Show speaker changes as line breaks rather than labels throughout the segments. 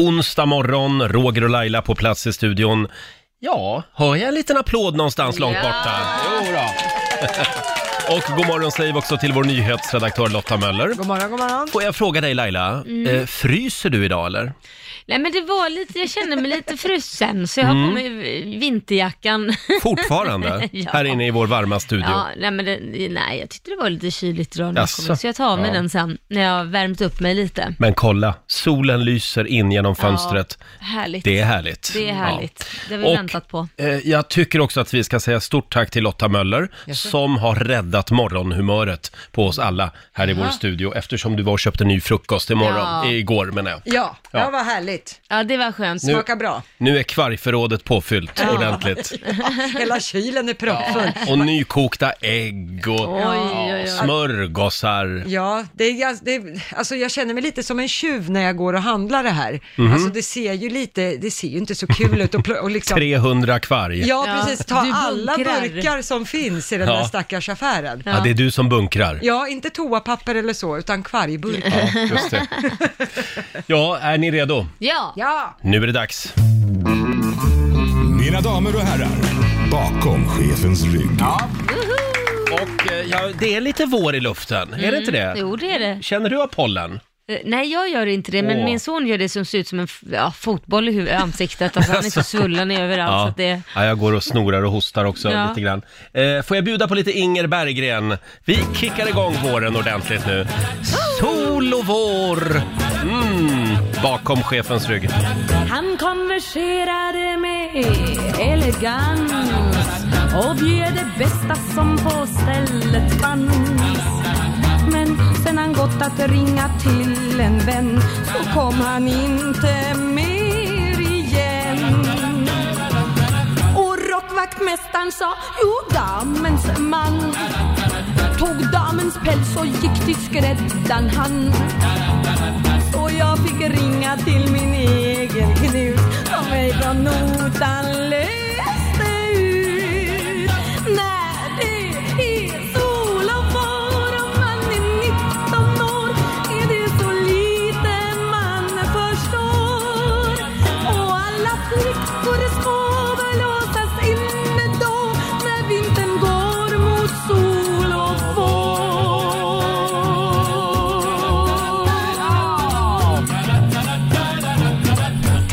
Onsdag morgon, Roger och Laila på plats i studion. Ja, hör jag en liten applåd någonstans långt
Ja.
borta? Jo då. Och god morgon säger vi också till vår nyhetsredaktör Lotta Möller.
God morgon, god morgon.
Får jag fråga dig Laila,
Mm.
eh, fryser du idag eller?
Nej men det var lite, jag kände mig lite frusen så jag har
Mm.
på mig vinterjackan.
Fortfarande?
Ja.
Här inne i vår varma studio.
Ja, nej men det, nej jag tyckte det var lite kyligt idag när jag kom
Jaså?
in, så jag tar av mig
Ja.
den sen när jag har värmt upp mig lite.
Men kolla, solen lyser in genom fönstret.
Ja, härligt.
Det är härligt.
Det är
Ja.
härligt. Det har vi
Och-
väntat på.
Eh, Jag tycker också att vi ska säga stort tack till Lotta Möller
Jaså?
som har räddat morgonhumöret på oss alla här i vår
Ja.
studio eftersom du var och köpte ny frukost imorgon,
Ja.
igår menar jag.
Ja,
Ja.
ja. vad härligt.
Ja, det var skönt.
Nu- Smakar
bra.
Nu är kvargförrådet påfyllt ordentligt.
Hela kylen är proppfull.
Och nykokta ägg och
Oj,
ja,
oj, oj.
smörgåsar.
Ja, det är, gans- det är, alltså jag känner mig lite som en tjuv när jag går och handlar det här.
Mhm.
Alltså det ser ju lite, det ser ju inte så kul ut och, pl- och liksom...
300 kvarg.
Ja, precis. Ta
Du
alla
bunkrar.
burkar som finns i den
Ja.
där stackars affären.
Ja, det är du som bunkrar.
Ja, inte toapapper eller så, utan kvargburkar.
Ja, just det. Ja, är ni redo?
Ja.
ja.
Nu är det dags.
Mina damer och herrar, bakom chefens rygg.
Och eh, ja, det är lite vår i luften, är det inte det?
Mm, Jo, det är det.
Känner du av pollen?
Eh, Nej, jag gör inte det, men
Åh.
min son gör det som ser ut som en f- ja, fotboll i huvudet, ansiktet. Alltså, han är så svullen överallt. Så Alltså att det...
ja, jag går och snorar och hostar också
Ja.
lite grann. Eh, får jag bjuda på lite Inger Berggren? Vi kickar igång våren ordentligt nu. Sol och vår! Mm, bakom chefens rygg.
Han konverserade med elegans och bjöd det bästa som på stället fanns. Men sen han gått att ringa till en vän så kom han inte mer igen. Och rockvaktmästaren sa, jo damens man Tog damens päls och gick till skräddaren han Så jag fick ringa till min egen Knut Som mig från notan löste ut När det är sol och vår och man är 19 år Är det så lite man förstår Och alla flickor små bör låsas inne då När vintern går mot sol och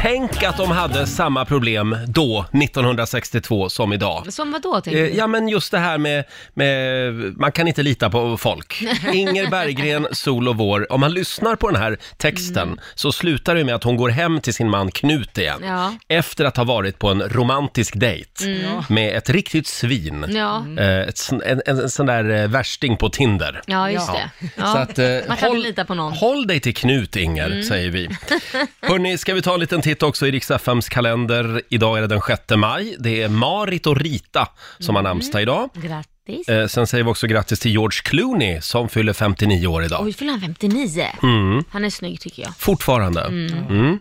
Tänk att de hade samma problem då, 1962, som idag.
Som vad då, tänker
Eh,
du?
Ja men just det här med, med, man kan inte lita på folk. Inger Berggren, Sol och vår. Om man lyssnar på den här texten
Mm.
så slutar det med att hon går hem till sin man Knut igen.
Ja.
Efter att ha varit på en romantisk dejt
Mm. Ja.
med ett riktigt svin.
Ja.
Eh, Ett, sån- en, en, en sån där eh, värsting på Tinder.
Ja, just det. Ja.
Så att, eh,
Man kan
håll,
inte lita på någon.
håll dig till Knut, Inger,
Mm.
säger vi. Hörni, ska vi ta en liten titt också i Riks-FMs kalender. Idag är det den 6 maj. Det är Marit och Rita som
Mm.
har namnsdag idag.
Grattis.
Eh, sen säger vi också grattis till George Clooney som fyller 59 år idag.
Oj, fyller han 59?
Mm.
Han är snygg tycker jag.
Fortfarande. Mm.
Mm.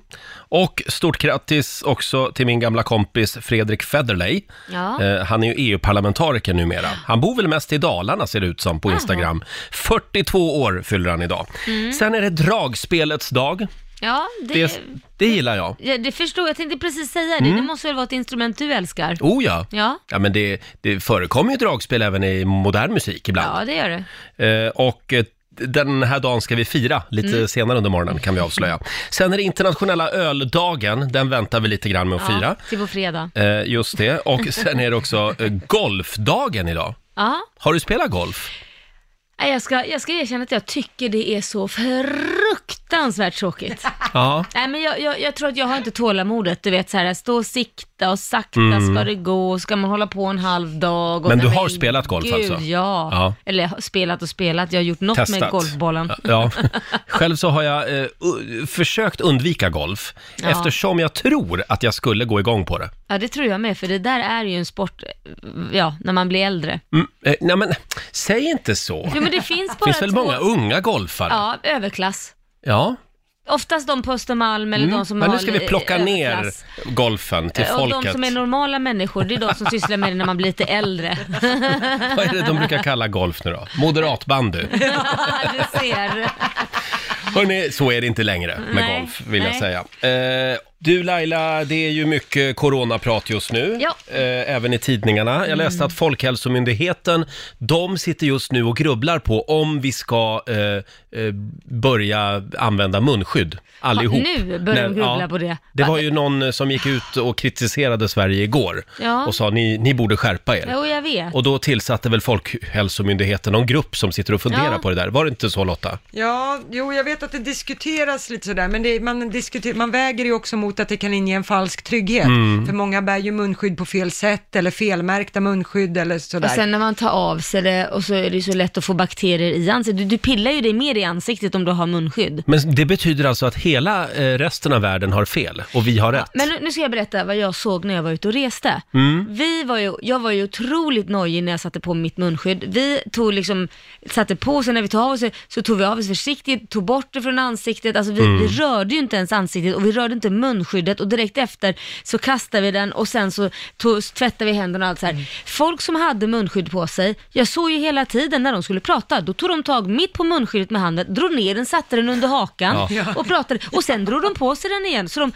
Och stort grattis också till min gamla kompis Fredrik Federley.
Ja.
Eh, han är ju EU-parlamentariker numera. Han bor väl mest i Dalarna ser det ut som på
Jaha.
Instagram. 42 år fyller han idag.
Mm.
Sen är det dragspelets dag.
Ja, det,
Det, det gillar jag.
ja, det förstår jag. Jag tänkte precis säga det.
Mm.
Det måste väl vara ett instrument du älskar?
Oh ja.
Ja,
Ja, men det, det förekommer ju dragspel även i modern musik ibland.
ja det gör det.
Eh, och eh, den här dagen ska vi fira lite
Mm.
senare under morgonen kan vi avslöja. Sen är det internationella öldagen, den väntar vi lite grann med att fira.
Ja, till på fredag.
Eh, just det, och sen är det också eh, golfdagen idag.
Ja.
Har du spelat golf?
Nej, Jag ska, jag ska erkänna att jag tycker det är så fruktansvärt tråkigt.
Ja.
Nej, men jag, jag, jag tror att jag har inte tålamodet. Du vet så här, stå och sikta och sakta
Mm.
ska det gå. Ska man hålla på en halv dag? Och,
Men du
Nej,
har spelat golf
gud,
alltså?
Ja.
Ja.
Eller jag har spelat och spelat. Jag har gjort något med
Testat.
golfbollen.
Ja. Själv så har jag eh, u- försökt undvika golf
Ja.
eftersom jag tror att jag skulle gå igång på det.
Ja, det tror jag med, för det där är ju en sport, ja, när man blir äldre.
Mm, eh, nej men, säg inte så.
Jo, men det finns
Det
bara
finns väl
två...
många unga golfare?
Ja, överklass.
ja.
Oftast de på Östermalm eller
Mm,
de som
Men
har
nu ska vi plocka ner
överklass.
golfen till
och de
folket.
som är normala människor, det är de som sysslar med det när man blir lite äldre.
Vad är det de brukar kalla golf nu då? Moderatbandy.
Ja, du ser.
Hörrni, så är det inte längre med
Nej,
golf, vill
nej.
jag säga. Eh, du Laila, det är ju mycket coronaprat just nu,
Ja. Mm.
eh, även i tidningarna. Jag läste att Folkhälsomyndigheten, de sitter just nu och grubblar på om vi ska eh, eh, börja använda munskydd, allihop.
nu börjar de
Nej,
grubbla på det.
Det var ju någon eh, som gick ut och kritiserade Sverige igår
Ja.
och sa ni, ni borde skärpa er.
Jo, jag vet.
Och då tillsatte väl Folkhälsomyndigheten någon grupp som sitter och funderar
Ja.
på det där. Var det inte så Lotta?
Ja, jo, jag vet att det diskuteras lite sådär, men det, man, diskuter, man väger ju också mot att det kan inge en falsk trygghet. För många bär ju munskydd på fel sätt eller felmärkta munskydd eller sådär.
Och sen när man tar av sig det och så är det ju så lätt att få bakterier i ansiktet. Du, du pillar ju dig mer i ansiktet om du har munskydd.
Men det betyder alltså att hela eh, resten av världen har fel och vi har rätt.
Men nu- nu ska jag berätta vad jag såg när jag var ute och reste. Vi var ju, jag var ju otroligt nojig när jag satte på mitt munskydd. Vi tog liksom, satte på, sen när vi tog av oss det, så tog vi av oss försiktigt, tog bort det från ansiktet. Alltså vi, vi rörde ju inte ens ansiktet och vi rörde inte munskyddet och direkt efter så kastade vi den och sen så tog, tvättade vi händerna och allt så här. Folk som hade munskydd på sig, jag såg ju hela tiden när de skulle prata, då tog de tag mitt på munskyddet med handen, drog ner den, satte den under hakan
Ja.
och pratade och sen drog de på sig den igen. Så de,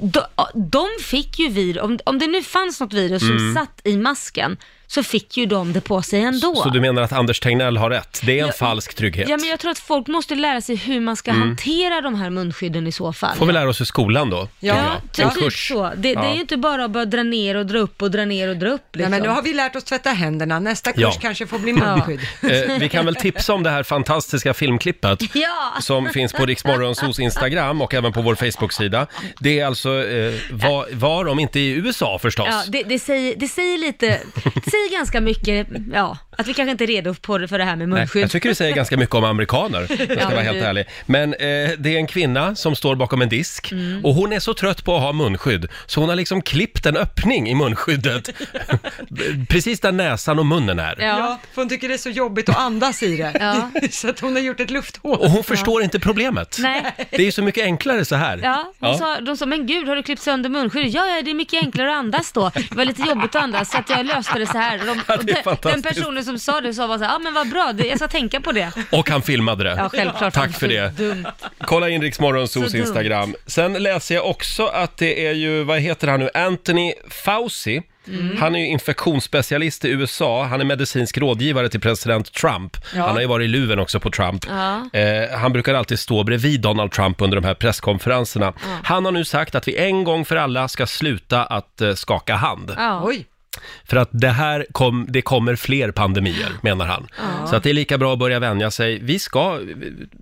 de, de fick ju virus, om, om det nu fanns något virus
Mm.
som satt i masken så fick ju de det på sig ändå.
Så du menar att Anders Tegnell har rätt? Det är en
Ja,
falsk trygghet.
Ja, men jag tror att folk måste lära sig hur man ska hantera de här munskydden i så fall.
Mm. Får vi lära oss i skolan då? tycker
Ja,
jag.
typ,
En kurs.
så. Det, det är ju inte bara att börja dra ner och dra upp och dra ner och dra upp.
Nej,
Liksom.
men nu har vi lärt oss tvätta händerna, nästa kurs
Ja.
kanske får bli munskydd.
Eh, vi kan väl tipsa om det här fantastiska filmklippet
Ja.
som finns på Riksmorgonsos Instagram och även på vår Facebook-sida. Det är alltså, eh, var, var de inte i USA förstås?
Ja, det, det, säger, det säger lite, det säger ganska mycket, ja, att vi kanske inte är redo på det, för det här med
Nej,
munskydd.
jag tycker det säger ganska mycket om amerikaner, om jag ska
Ja,
vara helt
du-
ärlig. Men eh, det är en kvinna som står bakom en disk
Mm.
och hon är så trött på att ha munskydd så hon har liksom klippt en öppning i munskyddet. Precis där näsan och munnen är.
Ja.
Ja, för hon tycker det är så jobbigt att andas i det.
Ja.
så att hon har gjort ett lufthål.
Och hon förstår inte problemet.
Nej.
Det är ju så mycket enklare så här.
Ja, hon Sa, de sa, men gud har du klippt sönder munskyddet? Ja, ja, det är mycket enklare att andas då. Det var lite jobbigt att andas så att jag löste det så här. De,
Ja, det är
och den- den
fantastiskt.
personen som sa det sa var så här, ja men vad bra, det, jag ska tänka på det.
Och han filmade det.
Ja, självklart.
Tack för det.
Dumt.
Kolla in Rix Morgonzos
Så dumt.
Instagram. Sen läser jag också att det är ju, vad heter han nu, Anthony Fauci.
Mm.
Han är ju infektionsspecialist i USA, han är medicinsk rådgivare till president Trump. Han har ju varit i luven också på Trump.
Ja.
Eh, han brukar alltid stå bredvid Donald Trump under de här presskonferenserna. Han har nu sagt att vi en gång för alla ska sluta att eh, skaka hand.
Ja.
Oj,
För att det här kom, det kommer fler pandemier, menar han. Så att det är lika bra att börja vänja sig. Vi ska,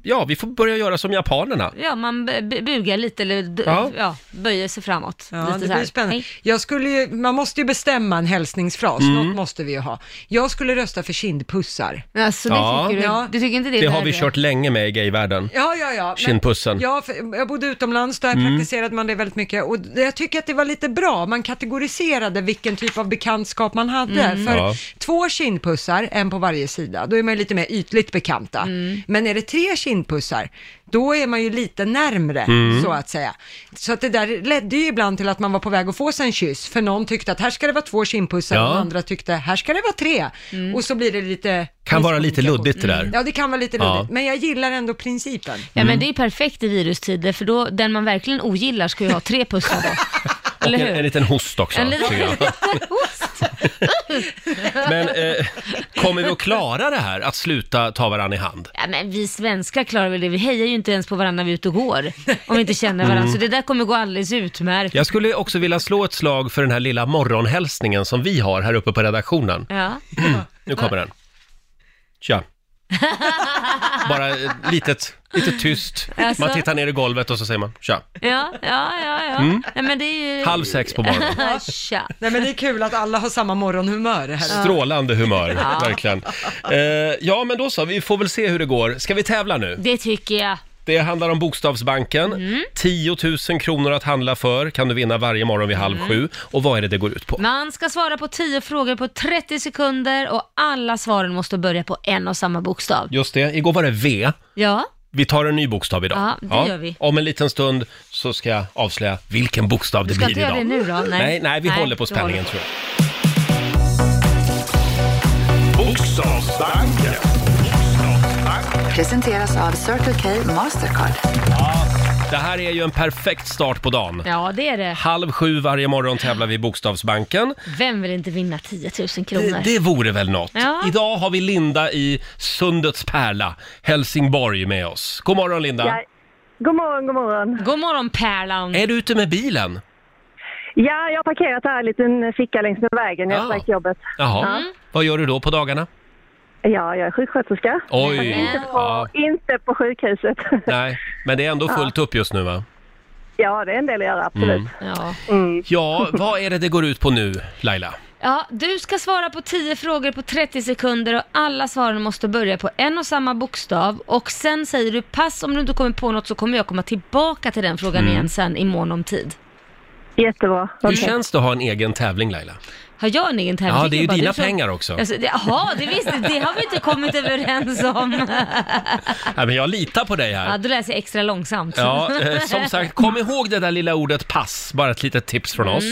ja, vi får börja göra som japanerna.
Ja, man bu- bu- bugar lite eller d-
Ja.
ja. böjer sig framåt.
ja,
lite
det
så här.
blir spännande.
Hej.
Jag skulle ju, man måste ju bestämma en hälsningsfras, något måste vi ju ha. Jag skulle rösta för kindpussar.
Alltså, det
Ja.
tycker du,
Ja.
du tycker inte det är
Det har vi
värre?
kört länge med i gayvärlden.
Ja, ja, ja. Men-
Kindpussen. Mm.
Ja, för jag bodde utomlands, där praktiserade man det väldigt mycket och det- jag tycker att det var lite bra, man kategoriserade vilken typ av bekantskap man hade. För
Ja.
två kindpussar, en på varje sida, då är man ju lite mer ytligt bekanta. Men är det tre kindpussar, då är man ju lite närmre,
Mm.
så att säga. Så att det där ledde ju ibland till att man var på väg att få sig en kyss, för någon tyckte att här ska det vara två kindpussar
Ja.
och den andra tyckte här ska det vara tre. Och så blir det lite... liksom
Kan vara lite luddigt det där.
Ja, det kan vara lite
Typ. Ja.
luddigt, men jag gillar ändå principen.
Ja,
Mm.
men det är ju perfekt i virustider för då, den man verkligen ogillar ska ju ha tre pussar då.
Och
Eller
en,
hur?
en liten host också.
En liten
tycker jag.
ost.
Men eh, kommer vi att klara det här, att sluta ta varandra i hand?
Ja, men vi svenskar klarar väl det. Vi hejar ju inte ens på varandra när vi är ute och går. Om vi inte känner varandra. Så det där kommer gå alldeles utmärkt.
Jag skulle också vilja slå ett slag för den här lilla morgonhälsningen som vi har här uppe på redaktionen.
Ja.
Nu kommer den. Tja. Bara eh, litet, lite tyst.
Alltså?
Man tittar ner i golvet och så säger man tja.
Ja, ja, ja. ja. Nej, men det är ju...
Mm. Halv sex på morgonen.
Tja.
Nej men det är kul att alla har samma morgonhumör här.
Strålande humör, verkligen. Eh, ja, men då så, vi får väl se hur det går. Ska vi tävla nu?
Det tycker jag.
Det handlar om Bokstavsbanken.
Mm.
10 000 kronor att handla för kan du vinna varje morgon vid halv
Mm.
sju. Och vad är det det går ut på?
Man ska svara på 10 frågor på 30 sekunder och alla svaren måste börja på en och samma bokstav.
Just det, igår var det V.
Ja,
Vi tar en ny bokstav idag.
Ja, det gör vi.
Om en liten stund så ska jag avslöja vilken bokstav det
ska
blir
inte
idag.
göra det nu då? Nej,
Nej, nej, vi håller på
vi
spänningen
håller
tror jag.
Bokstavsbanken. Bokstavsbanken.
presenteras av Circle K Mastercard.
Det här är ju en perfekt start på dagen.
Ja, det är det.
Halv sju varje morgon tävlar vi i Bokstavsbanken.
Vem vill inte vinna 10 000 kronor?
Det, det vore väl något.
Ja.
Idag har vi Linda i Sundets pärla, Helsingborg, med oss. God morgon Linda!
Ja. God morgon, god morgon.
God morgon Pärlan!
Är du ute med bilen?
Ja, jag har parkerat här i en liten ficka längs med vägen när jag
Ah.
är på väg till jobbet.
Jaha. Vad gör du då på dagarna?
Ja, jag är sjuksköterska.
Oj!
Inte
Ja.
Inte på sjukhuset.
Nej, men det är ändå fullt upp just nu va?
ja, det är en del att göra, absolut.
Mm.
Ja.
Ja, vad är det det går ut på nu, Laila?
ja, du ska svara på 10 frågor på 30 sekunder och alla svaren måste börja på en och samma bokstav och sen säger du pass om du inte kommer på något så kommer jag komma tillbaka till den
Mm.
frågan igen sen i mån om tid.
Jättebra.
Hur känns det att ha en egen tävling, Laila?
Har jag en egen tävling?
Ja, det är ju
Jag bara,
dina
du sa-
pengar också.
Alltså, det, jaha, det visste Det har vi inte kommit överens om.
Nej, men jag litar på dig
Ja,
här.
då läser jag extra långsamt.
Ja, eh, som sagt, kom ihåg det där lilla ordet pass, bara ett litet tips från oss.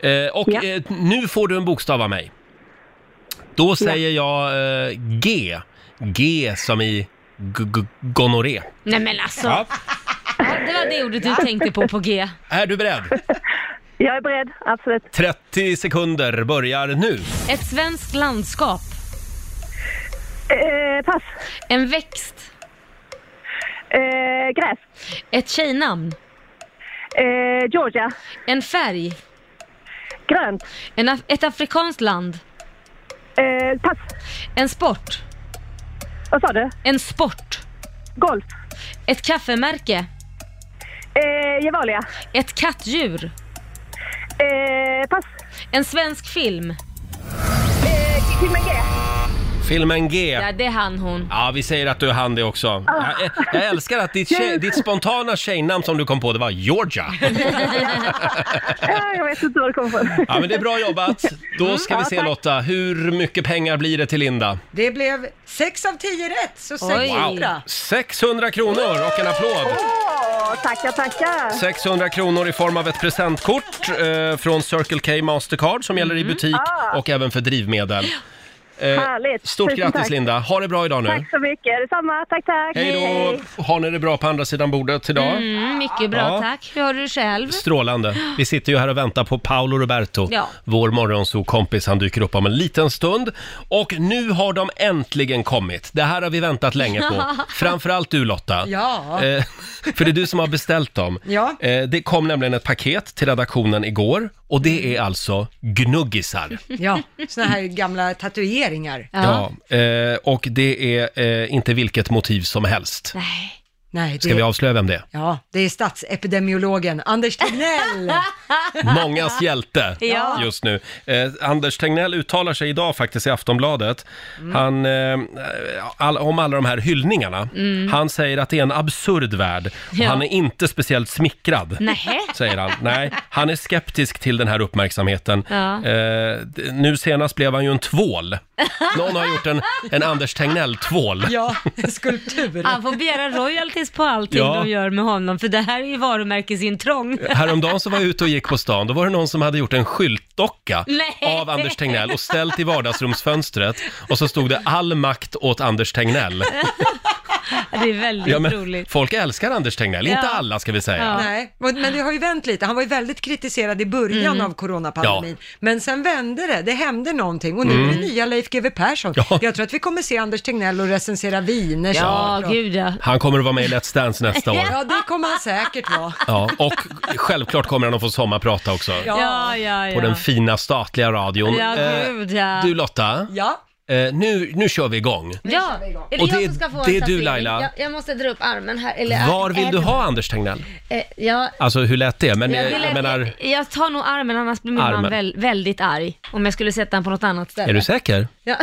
Eh, och
Ja.
eh, nu får du en bokstav av mig. Då säger jag eh, G. G som i g- g- gonorré.
Nej men alltså,
Ja.
det var det ordet du tänkte på på G.
Är du beredd?
Jag är beredd, absolut.
30 sekunder börjar nu.
Ett svenskt landskap.
Eh, pass.
En växt.
Eh, gräs.
Ett tjejnamn.
Eh, Georgia.
En färg.
Grönt.
En af- ett afrikanskt land.
Eh, pass.
En sport.
Vad sa du?
En sport.
Golf.
Ett kaffemärke.
Eh, Gevalia.
Ett kattdjur.
Eh, pass.
En svensk film.
Eh, Filmen G.
Filmen G.
Ja, det är han hon.
Ja, vi säger att du är han det också. Jag, jag älskar att ditt, tjej, ditt spontana tjejnamn som du kom på, det var Georgia.
Eh, jag vet inte var det kommer ifrån.
Ja, men det är bra jobbat. Då ska vi se Lotta, hur mycket pengar blir det till Linda?
Det blev 6 av 10 rätt, så
Oj.
600.
600 kronor och en applåd!
Åh, tackar, tackar.
Eh, 600 kronor i form av ett presentkort eh, från Circle K Mastercard som gäller i butik och även för drivmedel. Eh,
Härligt.
Stort
Tusen
grattis
tack.
Linda, ha det bra idag nu.
Tack så mycket. Detsamma. Tack, tack.
Hej då! Har ni det bra på andra sidan bordet idag?
Mm, mycket bra
Ja.
tack. Hur har du det själv?
Strålande. Vi sitter ju här och väntar på Paolo Roberto,
Ja.
vår morgonsokompis. Han dyker upp om en liten stund. Och nu har de äntligen kommit. Det här har vi väntat länge på. Framförallt du Lotta.
Ja.
Eh, för det är du som har beställt dem.
Ja.
Eh, det kom nämligen ett paket till redaktionen igår och det är alltså gnuggisar.
Ja, såna här gamla tatueringar.
Ja.
eh, och det är eh, inte vilket motiv som helst.
Nej.
Nej, det,
Ska vi avslöja vem det är?
ja, det är statsepidemiologen Anders Tegnell.
Mångas hjälte
Ja.
just nu. Eh, Anders Tegnell uttalar sig idag faktiskt i Aftonbladet.
Mm.
Han, eh, all, om alla de här hyllningarna. Han säger att det är en absurd värld och
Mm. Ja.
han är inte speciellt smickrad.
Nähä?
Säger han. Nej, han är skeptisk till den här uppmärksamheten.
Ja.
Eh, d- nu senast blev han ju en tvål. Någon har gjort en, en Anders Tegnell-tvål.
Ja, en skulptur.
Han får begära royalties på allting
Ja.
de gör med honom, för det här är ju varumärkesintrång.
Häromdagen så var jag ute och gick på stan, då var det någon som hade gjort en skyltdocka
Nej.
av Anders Tegnell och ställt i vardagsrumsfönstret och så stod det all makt åt Anders Tegnell.
Det är väldigt
Ja, men
roligt.
folk älskar Anders Tegnell, inte
Ja.
alla ska vi säga.
Ja.
Nej, men men det har ju vänt lite. Han var ju väldigt kritiserad i början
Mm.
av coronapandemin. Men sen vände det, det hände någonting och nu är det nya Leif GW Persson.
Mm. Ja.
Jag tror att vi kommer se Anders Tegnell och recensera viner
Ja,
snart.
gud ja.
Han kommer att vara med i Let's Dance nästa år.
Ja, det kommer han säkert vara.
Ja, och självklart kommer han att få sommarprata också.
Ja, ja, ja.
På den fina statliga radion.
Ja,
Eh,
gud ja.
Du Lotta,
Ja.
eh, nu, nu kör vi igång.
Ja, är det,
Och det är-
jag som ska få
det är
en
du,
tatuering?
Laila.
Jag, jag måste dra upp armen här. Eller,
Var vill
är-
du ha Anders Tegnell?
eh, Ja,
Alltså hur lätt det är, men
jag,
jag,
vill,
jag menar,
jag, jag tar nog armen, annars blir min man
Armen.
väl, väldigt arg. Om jag skulle sätta den på något annat ställe.
är du säker?
Ja.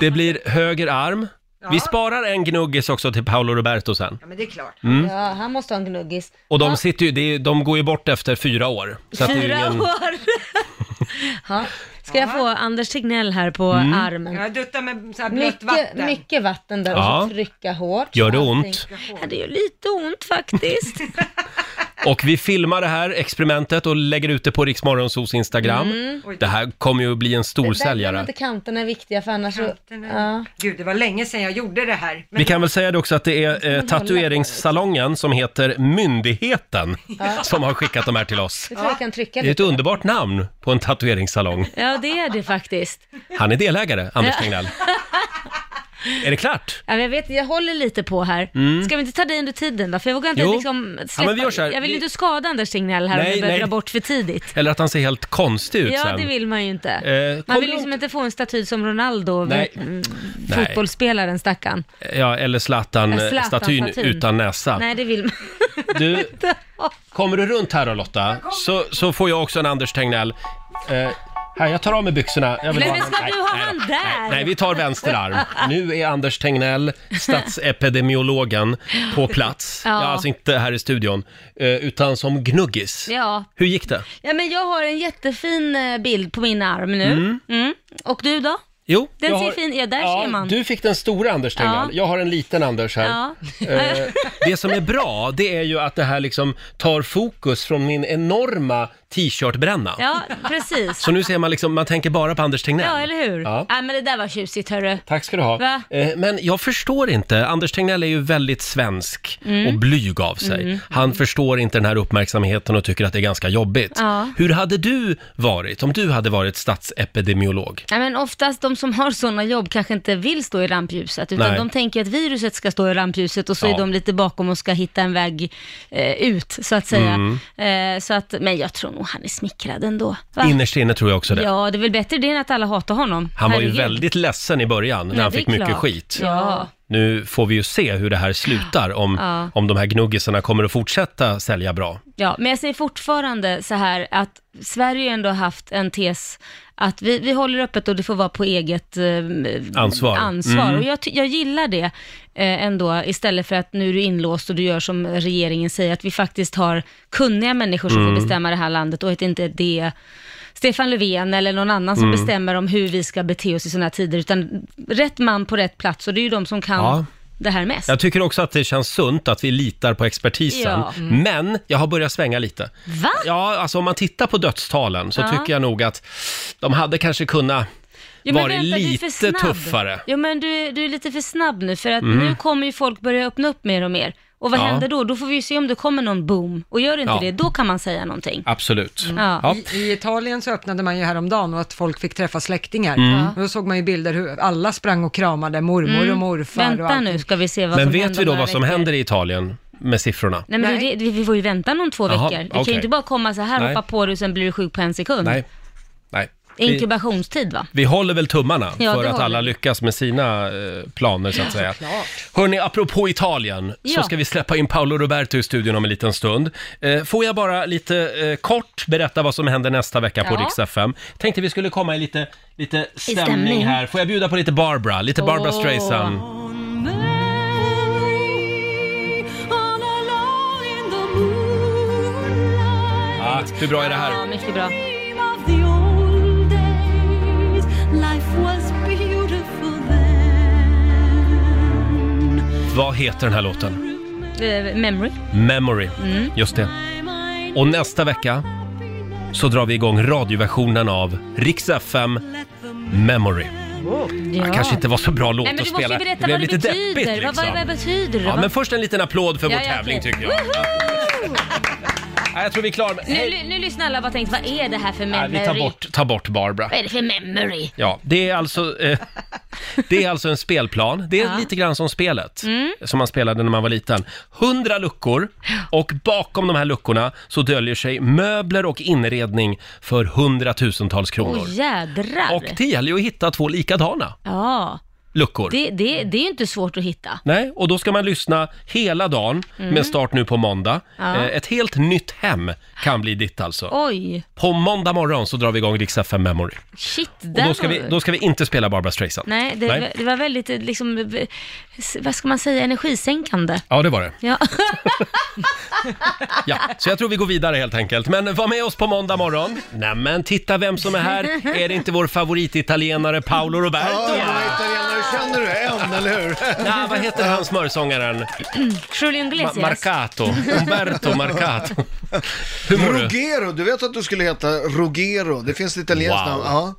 Det blir höger arm. Vi sparar en gnuggis också till Paolo Roberto sen.
Ja, men det är klart.
Mm.
ja, han måste ha en gnuggis.
Och de, sitter ju, det är- de går ju bort efter fyra år. Så att det är ju
Fyra
ingen,
år! ja. Ska jag få Anders Tegnell här på
Mm.
armen?
Jag duttar med så här blött
Mycket,
vatten.
mycket vatten där och
Ja.
så trycka hårt.
Gör det
Allting.
ont?
Ja, det gör lite ont faktiskt.
Och vi filmar det här experimentet och lägger ut det på Riksmorgonsos Instagram.
Mm.
Det här kommer ju att bli en
Där
storsäljare.
inte kanterna är viktiga för annars så... Ja.
Kanterna. Gud, det var länge sedan jag gjorde det här. Men
Vi kan väl säga det också att det är eh, tatueringssalongen som heter Myndigheten som har skickat de här till oss.
Jag tror jag kan
Det
trycka
är
det.
ett underbart namn på en tatueringssalong.
Ja, det är det faktiskt.
Han är delägare, Anders Tegnell. Är det klart?
Ja, men jag vet, jag håller lite på här. Ska vi inte ta dig under tiden då? För jag vågar inte
Mm. Jo.
liksom
Ja,
släppa.
men vi gör så här.
Jag vill
Vi-
ju inte skada Anders Tegnell här om
Nej,
jag börjar
nej.
dra bort för tidigt.
Eller att han ser helt konstig ut
Ja,
sen?
det vill man ju inte.
Eh,
man
kom
vill
ihåg-
liksom inte få en staty som Ronaldo,
Nej.
mm,
Nej.
fotbollsspelaren stackarn.
Ja, eller
Ja,
Zlatan-statyn
Zlatan-statyn.
utan näsa.
Eh, Nej, det vill man
Du,
inte. ha.
kommer du runt här då Lotta, så, så får jag också en Anders Tegnell. Eh, här, jag tar av mig byxorna. Jag
Nej,
ha
men
den.
ska du ha han
då.
där?
Nej, nej, vi tar vänster arm. Nu är Anders Tegnell, statsepidemiologen, på plats.
Ja.
Ja. alltså inte här i studion, eh, utan som gnuggis.
Ja.
Hur gick det?
ja, men jag har en jättefin eh, bild på min arm nu. Mm. Och du då?
Jo,
Den
jag
ser fin- ja, där
ja,
ser man.
Du fick den stora Anders Tegnell,
Ja.
jag har en liten Anders här.
Ja.
Eh, det som är bra, det är ju att det här liksom tar fokus från min enorma t-shirtbränna.
Ja, precis.
Så nu ser man liksom, man tänker bara på Anders Tegnell.
Ja, eller hur?
Ja.
Ja. men det där var tjusigt hörru.
Tack ska du ha.
Va?
Eh, Men jag förstår inte, Anders Tegnell är ju väldigt svensk
Mm.
och blyg av sig. Han förstår inte den här uppmärksamheten och tycker att det är ganska jobbigt.
Ja.
Hur hade du varit om du hade varit statsepidemiolog?
Ja, men oftast de som har sådana jobb kanske inte vill stå i rampljuset, utan
Nej.
de tänker att viruset ska stå i rampljuset och så
Ja.
är de lite bakom och ska hitta en väg eh, ut, så att säga. Eh, så att, men jag tror nog han är smickrad ändå. Va?
Innerst Mm. inne tror jag också det.
Ja, det är väl bättre det än att alla hatar honom.
Han var ju
Herregud.
väldigt ledsen i början när
Ja,
han
det är
fick mycket
klart.
skit.
Ja.
Nu får vi ju se hur det här slutar, om,
Ja.
om de här gnuggisarna kommer att fortsätta sälja bra.
Ja, men jag säger fortfarande så här att Sverige har ändå haft en tes att vi, vi håller öppet och det får vara på eget eh,
Ansvar. Mm.
ansvar. Och jag, ty- jag gillar det eh, ändå, istället för att nu är du inlåst och du gör som regeringen säger, att vi faktiskt har kunniga människor som
Mm.
får bestämma det här landet och att inte det är Stefan Löfven eller någon
Mm.
annan som bestämmer om hur vi ska bete oss i sådana här tider, utan rätt man på rätt plats och det är ju de som kan
Ja.
det här mest.
Jag tycker också att det känns sunt att vi litar på expertisen.
Ja. Mm.
Men jag har börjat svänga lite.
Va?
Ja, alltså om man tittar på dödstalen så
Ja.
tycker jag nog att de hade kanske kunnat
Jo, men
varit
vänta, du är
lite
för snabb.
tuffare. Mm.
Jo, men du, är- du är lite för snabb nu, för att nu kommer ju folk börja öppna upp mer och mer. Och vad
Ja.
händer då? Då får vi ju se om det kommer någon boom. Och gör inte
Ja.
det, då kan man säga någonting.
Absolut.
Mm. Ja.
Ja.
I, I Italien så öppnade man ju häromdagen och att folk fick träffa släktingar.
Mm.
Och då såg man ju bilder hur alla sprang och kramade mormor och morfar och
Mm. Vänta
allt.
nu ska vi se vad
Men
som
vet
händer
vi då
om några
vad som
veckor.
händer i Italien med siffrorna?
Nej, men
Nej.
Det, vi får ju vänta någon två
Jaha,
veckor. Det kan
okej.
ju inte bara komma så här,
Nej.
hoppa på dig och sen blir du sjuk på en sekund.
Nej. Nej. Vi,
Inkubationstid va?
vi håller väl tummarna
Ja,
för
det
att
håller
alla
vi.
lyckas med sina eh, planer så att säga.
såklart.
Hörni, apropå Italien så
Ja.
ska vi släppa in Paolo Roberto i studion om en liten stund. Eh, får jag bara lite eh, kort berätta vad som händer nästa vecka på
Ja.
Rix FM? Tänkte vi skulle komma i lite, lite stämning,
stämning.
här. Får jag bjuda på lite Barbara, lite Barbara
Åh.
Streisand. Ah, hur bra är det
Ja,
här?
mycket bra.
Vad heter den här låten?
Eh, Memory.
Memory.
Mm.
Just det. Och nästa vecka så drar vi igång radioversionen av Rix FM Memory.
Ja.
Det kanske inte var så bra låt
Nej, men
att
du måste
spela.
ju berätta vad det betyder. vad, vad, vad betyder det?
liksom. Ja,
Vad-
men först en liten applåd för vår
Ja, ja,
tävling
okej.
tycker jag. Ja, jag tror vi är klara med...
Nu, nu, nu lyssnar alla och bara tänkt, vad är det här för
Nej,
memory?
vi tar bort, tar bort Barbara.
Vad är det för memory?
Ja, det är alltså, eh, det är alltså en spelplan. Det är lite grann som spelet
Mm.
som man spelade när man var liten. Hundra luckor och bakom de här luckorna så döljer sig möbler och inredning för hundratusentals
Åh
kronor.
jädrar!
och det gäller ju att hitta två likadana
Ja,
luckor.
det, det, det är ju inte svårt att hitta.
Nej, och då ska man lyssna hela dagen med start nu på måndag.
Mm. Ja.
Eh, Ett helt nytt hem kan bli ditt alltså.
Oj,
På måndag morgon så drar vi igång Rix FM Memory.
shit.
Och
Där
då ska,
var-
vi, då ska vi inte spela Barbara Streisand.
Nej, det,
Nej.
det var väldigt, eh, liksom, eh, s- vad ska man säga, energisänkande.
Ja, det var det.
Ja.
Ja, så jag tror vi går vidare helt enkelt. Men var med oss på måndag morgon. Nämen, titta vem som är här. Är det inte vår favorititalienare Paolo Roberto?
Italienare Nu känner du en, eller hur?
Ja, vad heter han smörsångaren? Ma-
Julian Iglesias.
Marcato. Umberto Marcato. Hur mår du?
Rogero, du vet att du skulle heta Rogero. Det finns ett italienskt
Wow. Mm.
namn. Ja.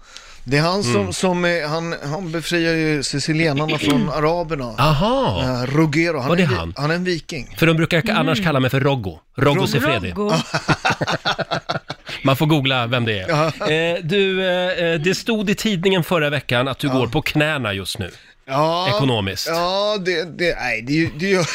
Det är han som, som är, han, han befriar ju sicilienarna från araberna.
Aha.
Eh,
Mm.
Rogero, han
Ah. Var
är,
det
en vi-
han?
han är en viking.
För de brukar annars kalla mig för Roggo. Roggo Siffredi.
Roggo.
Man får googla vem det är. Eh, du, eh, det stod i tidningen förra veckan att du går på knäna just nu.
Ja,
Ekonomiskt.
Ja, det, det, nej, det, är ju- det, gör-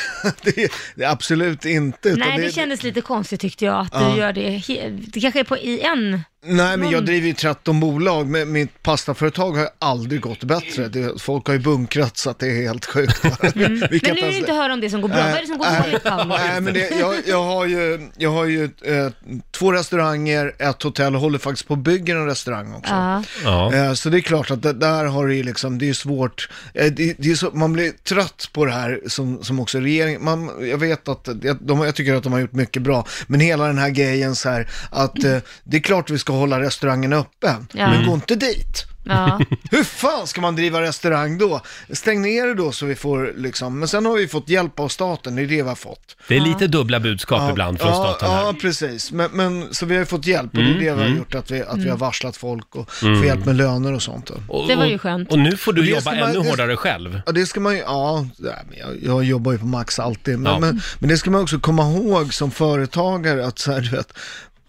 det, är- det är absolut inte. utan
Nej, det kändes lite konstigt tyckte jag att du gör det. he- Det kanske är på i en.
Nej, men
Mm.
jag driver ju 13 bolag, men mitt pastaföretag har ju aldrig gått bättre. Det, folk har ju bunkrat så att det är helt sjukt. Vi kan
Mm. Men nu vill
ens-
du inte höra om det som går bra. Vad är det som går dåligt, Paolo?
Nej, men det, jag, jag har ju, jag har ju eh, två restauranger, ett hotell och håller faktiskt på och bygger en restaurang också.
Ja.
Ja.
Eh, Så det är klart att det, där har det ju liksom, det är ju svårt, eh, det, det är så, man blir trött på det här som, som också regeringen, man, jag vet att, jag, de, jag tycker att de har gjort mycket bra, men hela den här grejen så här, att eh, det är klart vi ska hålla restaurangen öppen,
Ja.
men gå inte dit.
Ja.
Hur fan ska man driva restaurang då? Stäng ner det då så vi får liksom, men sen har vi fått hjälp av staten, det är det vi har fått.
Det är lite dubbla budskap ibland från
ja,
staten här. Mm,
Ja, precis. Men, men, så vi har ju fått hjälp och det är det vi har gjort, att vi, att vi har
Mm.
varslat folk och får hjälp med löner och sånt.
Och,
Det var ju
och-
skönt.
Och nu får
Och
du
det
jobba
ska man-
ännu
det-
hårdare själv.
Ja, det ska man ju, ja, nej, men jag, jag jobbar ju på max alltid, men,
Ja.
men, men det ska man också komma ihåg som företagare att så här, du vet,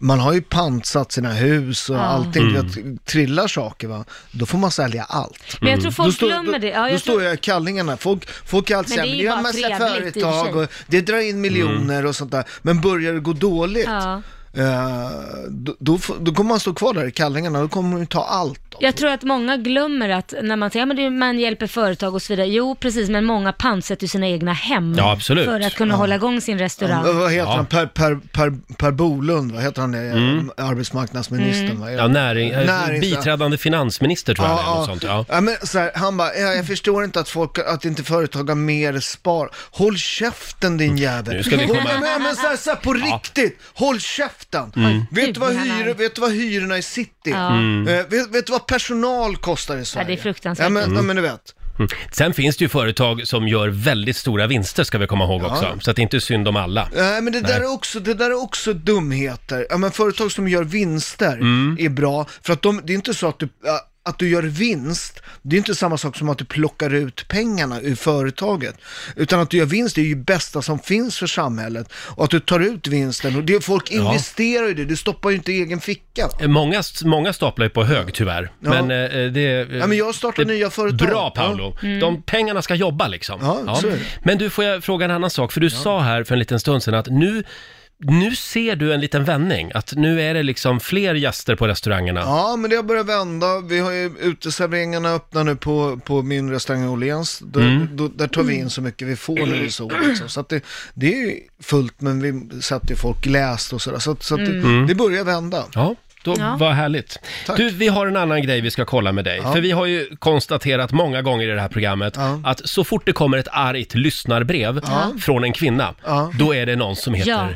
man har ju pantsatt sina hus och allting, du
Mm.
vet, trillar saker va, då får man sälja allt.
Men jag tror
Mm. Då
folk
står-
glömmer
då,
det. Ja,
då
jag
står
tror...
jag i kallingarna. Folk, folk är alltid
Men
såhär,
det är
men
ju
det är en
bara
massa
trevligt i och för
företag
sig."
och det drar in miljoner
Mm.
och sånt där. Men börjar det gå dåligt,
Ja.
eh, då, då, får- då kommer man stå kvar där i kallingarna. Då kommer man ju ta allt. Då.
Jag tror att många glömmer att när man säger att ja, men man hjälper företag och så vidare, jo precis, men många pantsätter ju sina egna hem
Ja, absolut.
för att kunna hålla igång sin restaurang.
Eh, Vad heter
Ja.
han? Per, per, per, per Bolund, vad heter han? Mm. Arbetsmarknadsministern,
Mm.
vad är
Ja,
det?
näring, eh,
Närings-
biträdande finansminister tror jag han är, något sånt. Ja.
men så här, han bara, ja, jag förstår inte att, folk, att inte företag har mer spar. Håll käften din jävel.
Mm. Nu ska vi komma-
Håll, men, men så här, så här, på riktigt, håll käften.
Mm.
Vet, du vad
Gud, han är-
hyr, vet du vad hyrorna i city?
Typ Ja.
Eh, vet, vet du vad personal kostar i Sverige?
fruktansvärt.
Ja, men, ja, men du vet.
Mm. Sen finns det ju företag som gör väldigt stora vinster ska vi komma ihåg också, så att det inte är synd om alla.
Nej, men det där, är också, det där är också dumheter. Ja, men företag som gör vinster är bra, för att de, det är inte så att du, ja, att du gör vinst, det är inte samma sak som att du plockar ut pengarna ur företaget. Utan att du gör vinst är ju det bästa som finns för samhället. Och att du tar ut vinsten, och det, folk investerar ju det, du stoppar ju inte i egen ficka. va?
Eh, Många, många staplar ju på hög tyvärr,
Ja.
men eh, det... eh,
Ja, men jag startar
det-
nya företag.
Bra
Ja. Mm.
Paolo! De pengarna ska jobba liksom.
Ja, så är det.
Men du, får jag fråga en annan sak? För du sa här för en liten stund sedan att nu, nu ser du en liten vändning, att nu är det liksom fler gäster på restaurangerna.
Ja, men det har börjat vända. Vi har ju uteserveringarna öppna nu på, på min restaurang Åhléns. Där, då, där tar vi in så mycket vi får nu i sol. Liksom. Så att det, det är ju fullt, men vi sätter ju folk läst och sådär. Så, att- så att det, det börjar vända.
Ja, då,
Ja.
vad härligt. Du, vi har en annan grej vi ska kolla med dig. För vi har ju konstaterat många gånger i det här programmet
Ja.
att så fort det kommer ett argt lyssnarbrev från en kvinna,
Ja.
då är det någon som heter...
Ja.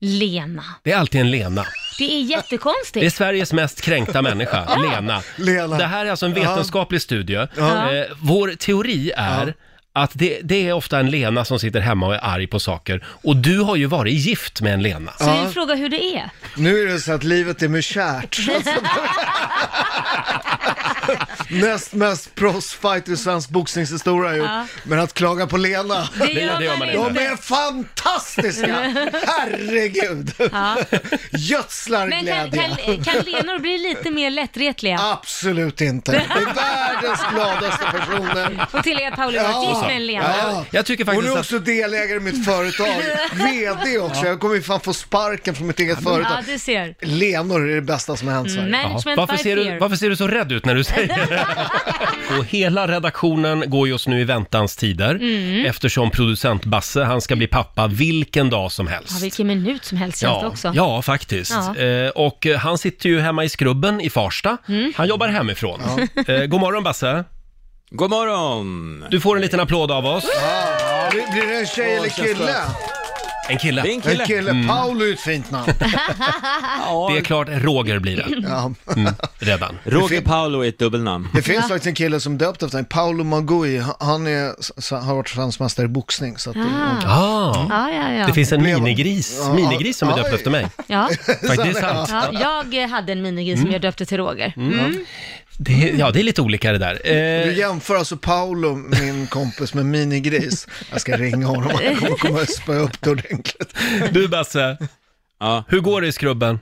Lena.
Det är alltid en Lena.
Det är
Det är
jättekonstigt.
Sveriges mest kränkta människa, Lena.
Lena.
Det här är alltså en vetenskaplig studie.
Ja.
Eh, vår teori är att det, det är ofta en Lena som sitter hemma och är arg på saker. Och du har ju varit gift med en Lena.
Så vi frågar hur det är.
Nu är det så att livet är med kärt. Så att- Näst mest proffsfight i svensk boxningshistoria har jag gjort. Men att klaga på Lena.
Det
gör man inte.
De är fantastiska! Herregud! Gödslar
Men kan,
glädje.
kan, kan Lenor bli lite mer lättretliga?
Absolut inte. Det är världens gladaste personer.
Och tillägga att Paolo har varit gift med en Lena.
Ja.
Jag tycker
Hon
faktiskt
är
att...
också delägare i mitt företag. VD också. Jag kommer ju fan få sparken från mitt eget
Ja,
företag.
du ser.
Lenor är det bästa som har hänt Sverige.
Ja.
Management
Varför
by
ser, du,
fear.
varför ser du så rädd ut när du säger det? Och hela redaktionen går just nu i väntans tider
Mm.
eftersom producent Basse, han ska bli pappa vilken dag som
Ja,
helst.
vilken minut som helst känns det också.
ja, faktiskt.
Ja.
Eh, och eh, han sitter ju hemma i skrubben i Farsta.
Mm.
Han jobbar hemifrån. Eh, god morgon Basse.
God morgon!
Du får en liten applåd av oss.
Blir- Blir det en tjej eller kille?
En
Det är
kille.
en
En
kille.
kille, Paolo är ett fint namn.
Ja,
Det är klart Roger blir det Mm,
Ja.
redan.
Roger Paolo är ett dubbelnamn.
Det finns faktiskt en kille som döpt efter en Paolo Magui, Han- han är, s- har varit fransmästare i boxning. Så att,
Ah.
Ja, ja, ja.
Det finns en minigris,
Ja,
minigris som är
ja,
döpt
ja.
efter mig.
ja.
Faktiskt, det är sant.
Ja, jag eh, hade en minigris som jag döpte till Roger. Mm.
Det är, ja, det är lite olika det där.
Du
Eh,
jämför alltså Paolo, min kompis, med minigris. Jag ska ringa honom, han kommer komma och spöa upp det ordentligt.
du Basse,
Ja.
hur går det i skrubben?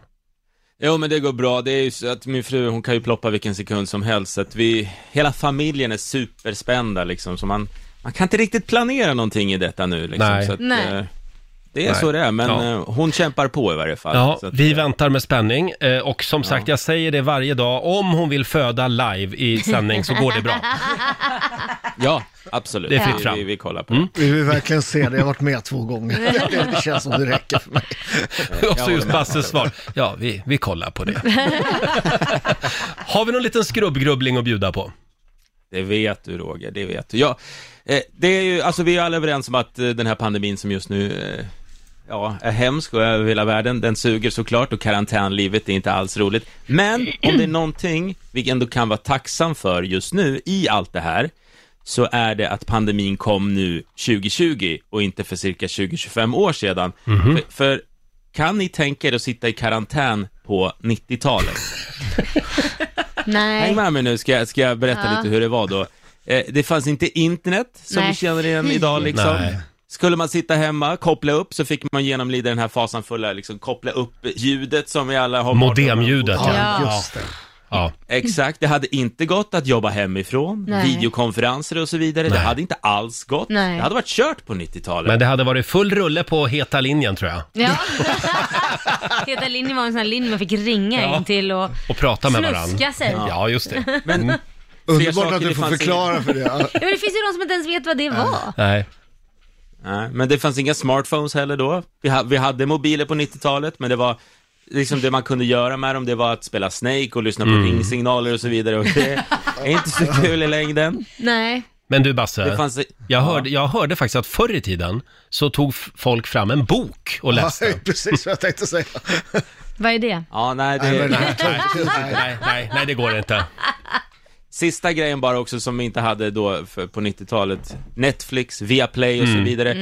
Jo men det går bra, det är ju så att min fru hon kan ju ploppa vilken sekund som helst så att vi, hela familjen är superspända liksom så man, man kan inte riktigt planera någonting i detta nu liksom
Nej.
så att,
Nej.
eh, Det är
Nej.
så det är, men
Ja.
eh, hon kämpar på i varje fall
Ja,
så att,
vi
eh,
väntar med spänning eh, och som sagt, jag säger det varje dag, om hon vill föda live i sändning så går det bra.
Ja, absolut
Det är fritt fram.
vi, vi, vi kollar på det
Vi vill verkligen se det, jag har varit med två gånger. Det känns som det räcker för mig.
Och så just Basses svar. Ja, vi, vi kollar på det. Har vi någon liten skrubbgrubbling att bjuda på?
Det vet du Roger, det vet du Ja, eh, det är ju, alltså vi är alla överens om att eh, den här pandemin som just nu eh, Ja, är hemsk och över hela världen. Den suger såklart och karantänlivet är inte alls roligt. Men om det är någonting vi ändå kan vara tacksam för just nu i allt det här, så är det att pandemin kom nu 2020 och inte för cirka 20-25 år sedan. För, för kan ni tänka er att sitta i karantän på 90-talet? Häng
Nej.
med mig nu, ska jag, ska jag berätta
Ja.
lite hur det var då. Eh, det fanns inte internet som
Nej,
vi känner igen idag liksom.
Nej.
Skulle man sitta hemma, koppla upp, så fick man genomlida den här fasanfulla, liksom koppla upp ljudet som vi alla har
Modemljudet,
Ja.
ja.
Ja.
ja. ja.
Exakt, det hade inte gått att jobba hemifrån,
Nej.
videokonferenser och så vidare. Det hade inte alls gått.
Nej.
Det hade varit kört på 90-talet.
Men det hade varit full rulle på heta linjen tror jag.
Ja. Heta linjen var en sån här linje man fick ringa
Ja.
in till och...
Och prata med varandra.
Snuska sig.
Ja, just det. Mm.
Underbart
saker
att du
det
får
fanns
förklara för det.
Ja, men det finns ju de som inte ens vet vad det var.
Nej.
Nej, men det fanns inga smartphones heller då. Vi, ha, vi hade mobiler på 90-talet, men det var liksom det man kunde göra med dem, det var att spela Snake och lyssna på ringsignaler och så vidare. Och det är inte så kul i längden.
Nej.
Men du
Det
Basse,
fanns...
jag hörde, jag hörde faktiskt att förr i tiden så tog f- folk fram en bok och
Ja,
läste.
precis vad jag tänkte säga.
Vad är det?
Ja, nej, det...
Nej, men-
Nej, nej, nej, det går inte.
Sista grejen bara också som vi inte hade då för, på 90-talet, Netflix, Viaplay och så vidare.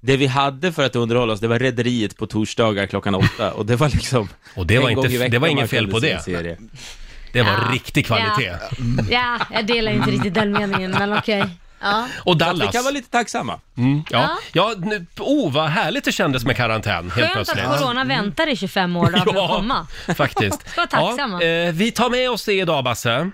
Det vi hade för att underhålla oss, det var Rederiet på torsdagar klockan åtta och det var liksom...
Och det var
en gång
inte-
i veckan
det var
man
inget fel
kunde
på
se
det.
en serie.
Det var
Ja.
riktig kvalitet.
Ja. ja, jag delar inte riktigt den meningen, men okej. Ja.
Och
Så att vi
Dallas. Mm,
kan vara lite tacksamma.
Ja, ja nu, oh vad härligt det kändes med karantän helt
Skönt
plötsligt. Mm.
att corona väntar i 25 år då, för att komma.
faktiskt.
Ska vara tacksamma.
Ja, eh, vi tar med oss det idag Basse.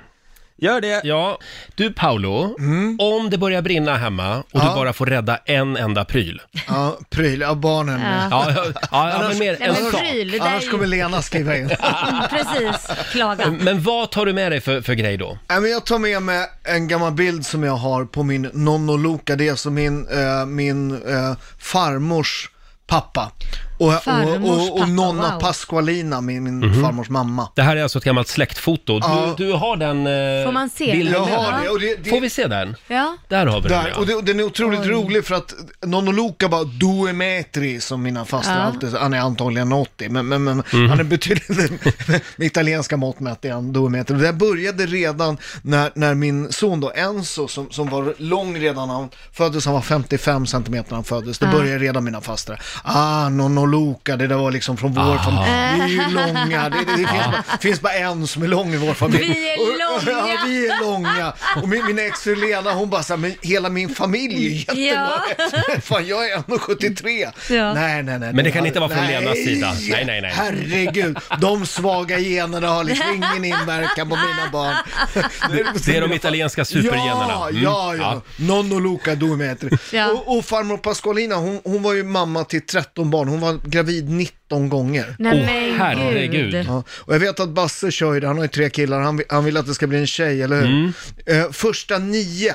Gör det!
Ja, du Paolo, om det börjar brinna hemma och du
Ja.
bara får rädda en enda pryl.
Ja, pryl, ja barnen.
Ja.
Ja, ja, ja, ja men mer
Nej,
en
men
sak.
pryl, det där är
Annars kommer
ju...
Lena skriva in.
Mm, Precis, klaga.
Men vad tar du med dig för, för grej då?
Nej, men jag tar med mig en gammal bild som jag har på min nonno Luca. Det är alltså min, eh, min eh, farmors pappa. Och,
Farmors
och, och, och
pappa,
nonna
wow.
Pasqualina, min, min farmors mamma.
Det här är alltså ett gammalt släktfoto.
Ja.
Du, du har den... eh,
Får man se?
bilden
Jag
med dig?
har det och det,
Får
det
vi se den?
Ja.
Där har vi den
där.
ja.
Och, det, och den är otroligt rolig för att nonno Luca bara, du är metri, som mina fastrar alltid säger. Han är antagligen 80, men, men, men han är betydligt, med italienska mått mätt är han du är metri. Och Det där började redan när, när min son då, Enzo, som, som var lång redan när han föddes, han var 55 centimeter när han föddes, då började redan mina fastrar, ah, nonno Luca, det där var liksom från vår familj. Vi är ju långa, det, det, det finns, bara, finns bara en som är lång i vår familj.
Vi är
Och- och-
långa.
Ja, vi är långa. Och min, min exfru Lena, hon bara så här, men hela min familj är jättelång. Fan, jag är 1,73.
Ja.
Nej, nej, nej.
Men det kan inte vara från
Nej,
Lenas sida. Nej, nej, nej.
Herregud, de svaga generna har liksom ingen inverkan på mina barn.
Det är de italienska supergenerna.
Ja,
Mm.
ja,
Ja.
ja. Nonno Luca Dumetri.
Ja.
Och, och farmor Pascolina, hon, hon var ju mamma till 13 barn. Hon var gravid 19 gånger.
Nej,
Åh,
men
herregud.
gud.
Ja, och jag vet att Basse kör ju det, han har ju tre
Mm.
killar, han vill, han vill att det ska bli en tjej, eller hur? Eh, första nio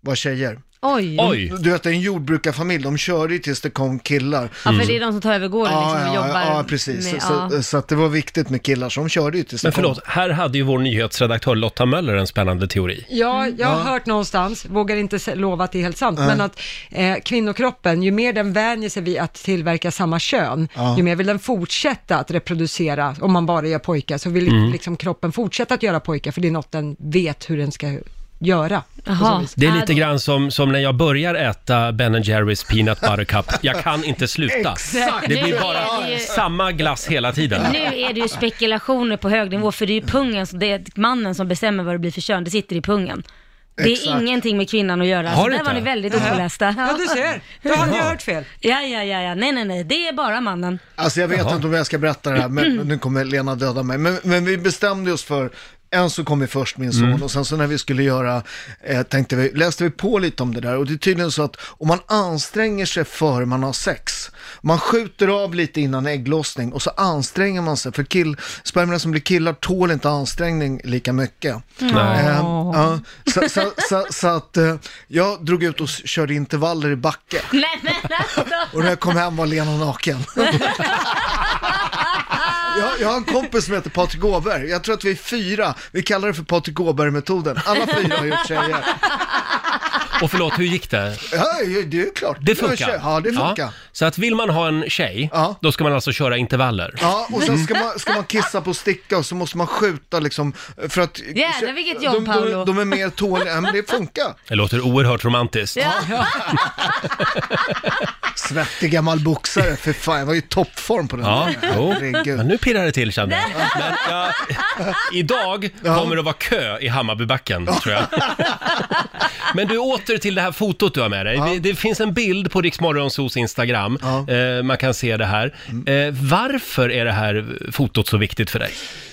var tjejer.
Oj.
Oj!
Du vet, en jordbrukarfamilj, de körde ju tills det kom killar.
Ja, för det är de som tar över gården liksom, och jobbar
ja, ja, precis.
Med,
så,
ja.
så, så att det var viktigt med killar, så de körde ju tills
Men
det kom.
förlåt, här hade ju vår nyhetsredaktör Lotta Möller en spännande teori.
Ja, jag har hört någonstans, vågar inte se- lova att det är helt sant, men att eh, kvinnokroppen, ju mer den vänjer sig vid att tillverka samma kön, ju mer vill den fortsätta att reproducera, om man bara gör pojkar, så vill liksom kroppen fortsätta att göra pojkar, för det är något den vet hur den ska göra.
Jaha.
Det är
Ja,
lite grann som, som när jag börjar äta Ben Jerrys Peanut Butter Cup. Jag kan inte sluta.
Exakt!
Det
Nu
blir
är
bara
det ju-
samma glass hela tiden.
Nu är det ju spekulationer på hög nivå för det är ju pungen, som- det är mannen som bestämmer vad det blir för kön, det sitter i pungen. Det är
Exakt.
ingenting med kvinnan att göra.
Har
Så
det
där var ni
inte?
väldigt upplästa.
Ja, du ser, då hade jag hört fel.
Ja, ja, ja, ja, nej, nej, nej, det är bara mannen.
Alltså jag vet inte om jag ska berätta det här, men nu kommer Lena döda mig. Men, men vi bestämde oss för, en så kom vi först, min son, och sen så när vi skulle göra, eh, tänkte vi, läste vi på lite om det där. Och det är tydligen så att om man anstränger sig för man har sex, man skjuter av lite innan ägglossning och så anstränger man sig, för kill, spermierna som blir killar tål inte ansträngning lika mycket. Eh, ja, så, så, så, så att eh, jag drog ut och s- körde intervaller i backe.
Nej, men alltså.
Och när jag kom hem var Lena naken. Jag, jag har en kompis som heter Patrik Åberg. Jag tror att vi är fyra. Vi kallar det för Patrik Åberg-metoden. Alla fyra har gjort tjejer.
Och förlåt, hur gick det?
Ja, ju- det är ju klart.
Det funkar?
Ja, det funkar.
Så att vill man ha en tjej,
Ja.
då ska man alltså köra intervaller?
Ja, och sen ska man, ska man kissa på sticka och så måste man skjuta liksom för att...
Jävlar, vilket jobb,
de, de,
Paolo.
de är mer tåliga, Ja, men det funkar.
Det låter oerhört romantiskt.
Ja.
Svettig gammal boxare, för fan jag var ju i toppform på den
Ja,
tiden.
jo.
Herregud.
Ja, nu pirrar det till kände jag. Men jag idag kommer det att vara kö i Hammarbybacken, tror jag. Men du, åter till det här fotot du har med dig. Vi- Det finns en bild på Riksmorgonsos Instagram.
Ja. Mm.
Eh, man kan se det här. Eh, varför är det här fotot så viktigt för dig?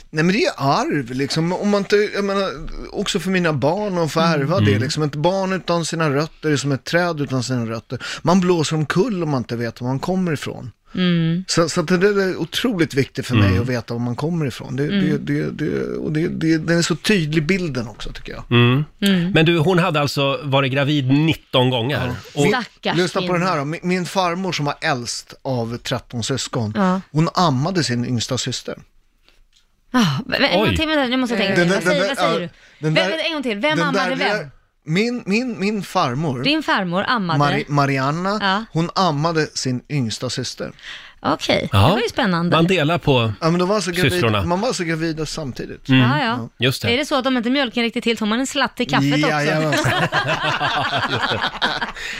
Nej men det är arv liksom, om man inte, jag menar, också för mina barn att få ärva det liksom. Ett barn utan sina rötter är som ett träd utan sina rötter. Man blåser omkull om man inte vet var man kommer ifrån.
Mm.
Så, så att det där är otroligt viktigt för mig att veta var man kommer ifrån. Det, det,
Mm.
det, det, och det, det, den är så tydlig bilden också tycker jag.
Mm.
Men du, hon hade alltså varit gravid 19 gånger. Och,
Stackars
Lyssna på den här
kvinna.
då. Min, min farmor som var äldst av 13 syskon,
Ja.
hon ammade sin yngsta syster.
Ah, men en
Oj.
gång till, vänta, nu måste jag tänka.
Eh, Den där-
Vad säger,
den
vad
där-
säger
ja,
du? Vem,
den där-
vänta, en gång till, vem
den
ammade
där-
vem?
Min, min, min farmor.
Din farmor ammade?
Mari- Marianna,
Ja.
hon ammade sin yngsta syster.
Okej, det var ju spännande.
Man delar på...
Ja, men de var så
Systrarna. Mm.
gravida, man var så gravida samtidigt.
ja, ja.
Just det.
Är det så att om inte mjölken riktigt till tar man en slatt i kaffet också?
Jajamensan.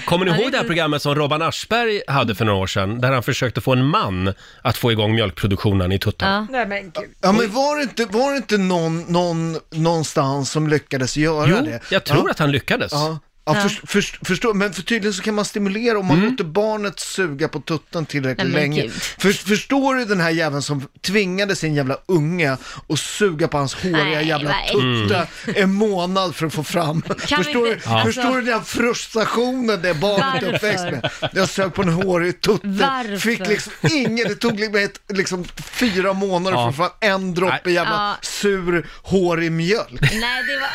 Kommer ni
Ja, det
ihåg
är
det här
du-
programmet som Robban Aschberg hade för några år sedan? Där han försökte få en man att få igång mjölkproduktionen i tuttarna.
Ja.
Nej men gud.
Ja, men var det inte, var det inte någon, någon, någonstans som lyckades göra
Jo,
det?
jag tror
ja.
att han lyckades.
Ja. Ja, först- först- förstå, men för tydligen så kan man stimulera om man
Mm.
låter barnet suga på tutten tillräckligt
Nej, men
länge.
gud.
För, förstår du den här jäveln som tvingade sin jävla unge att suga på hans håriga
Nej,
jävla
vad
tutte en månad för att få fram?
vi
förstår
inte- Alltså-
du, förstår du den här frustrationen det barnet är
Varför?
uppväxt med? Jag sög på en hårig tutte,
Varför?
fick liksom ingen, det tog liksom, ett- liksom fyra månader
Ja.
för att få fram en droppe
Nej.
jävla
Ja.
sur, hårig mjölk.
Nej, det var...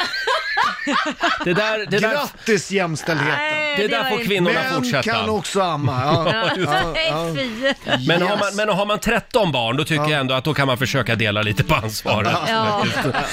Det där, det där,
Grattis jämställdheten!
det där får kvinnorna
Män kan
fortsätta.
också amma. Ja.
Nej, fy.
Men,
Yes.
har man, men har man 13 barn, då tycker jag ändå att då kan man försöka dela lite på ansvaret.
Ja,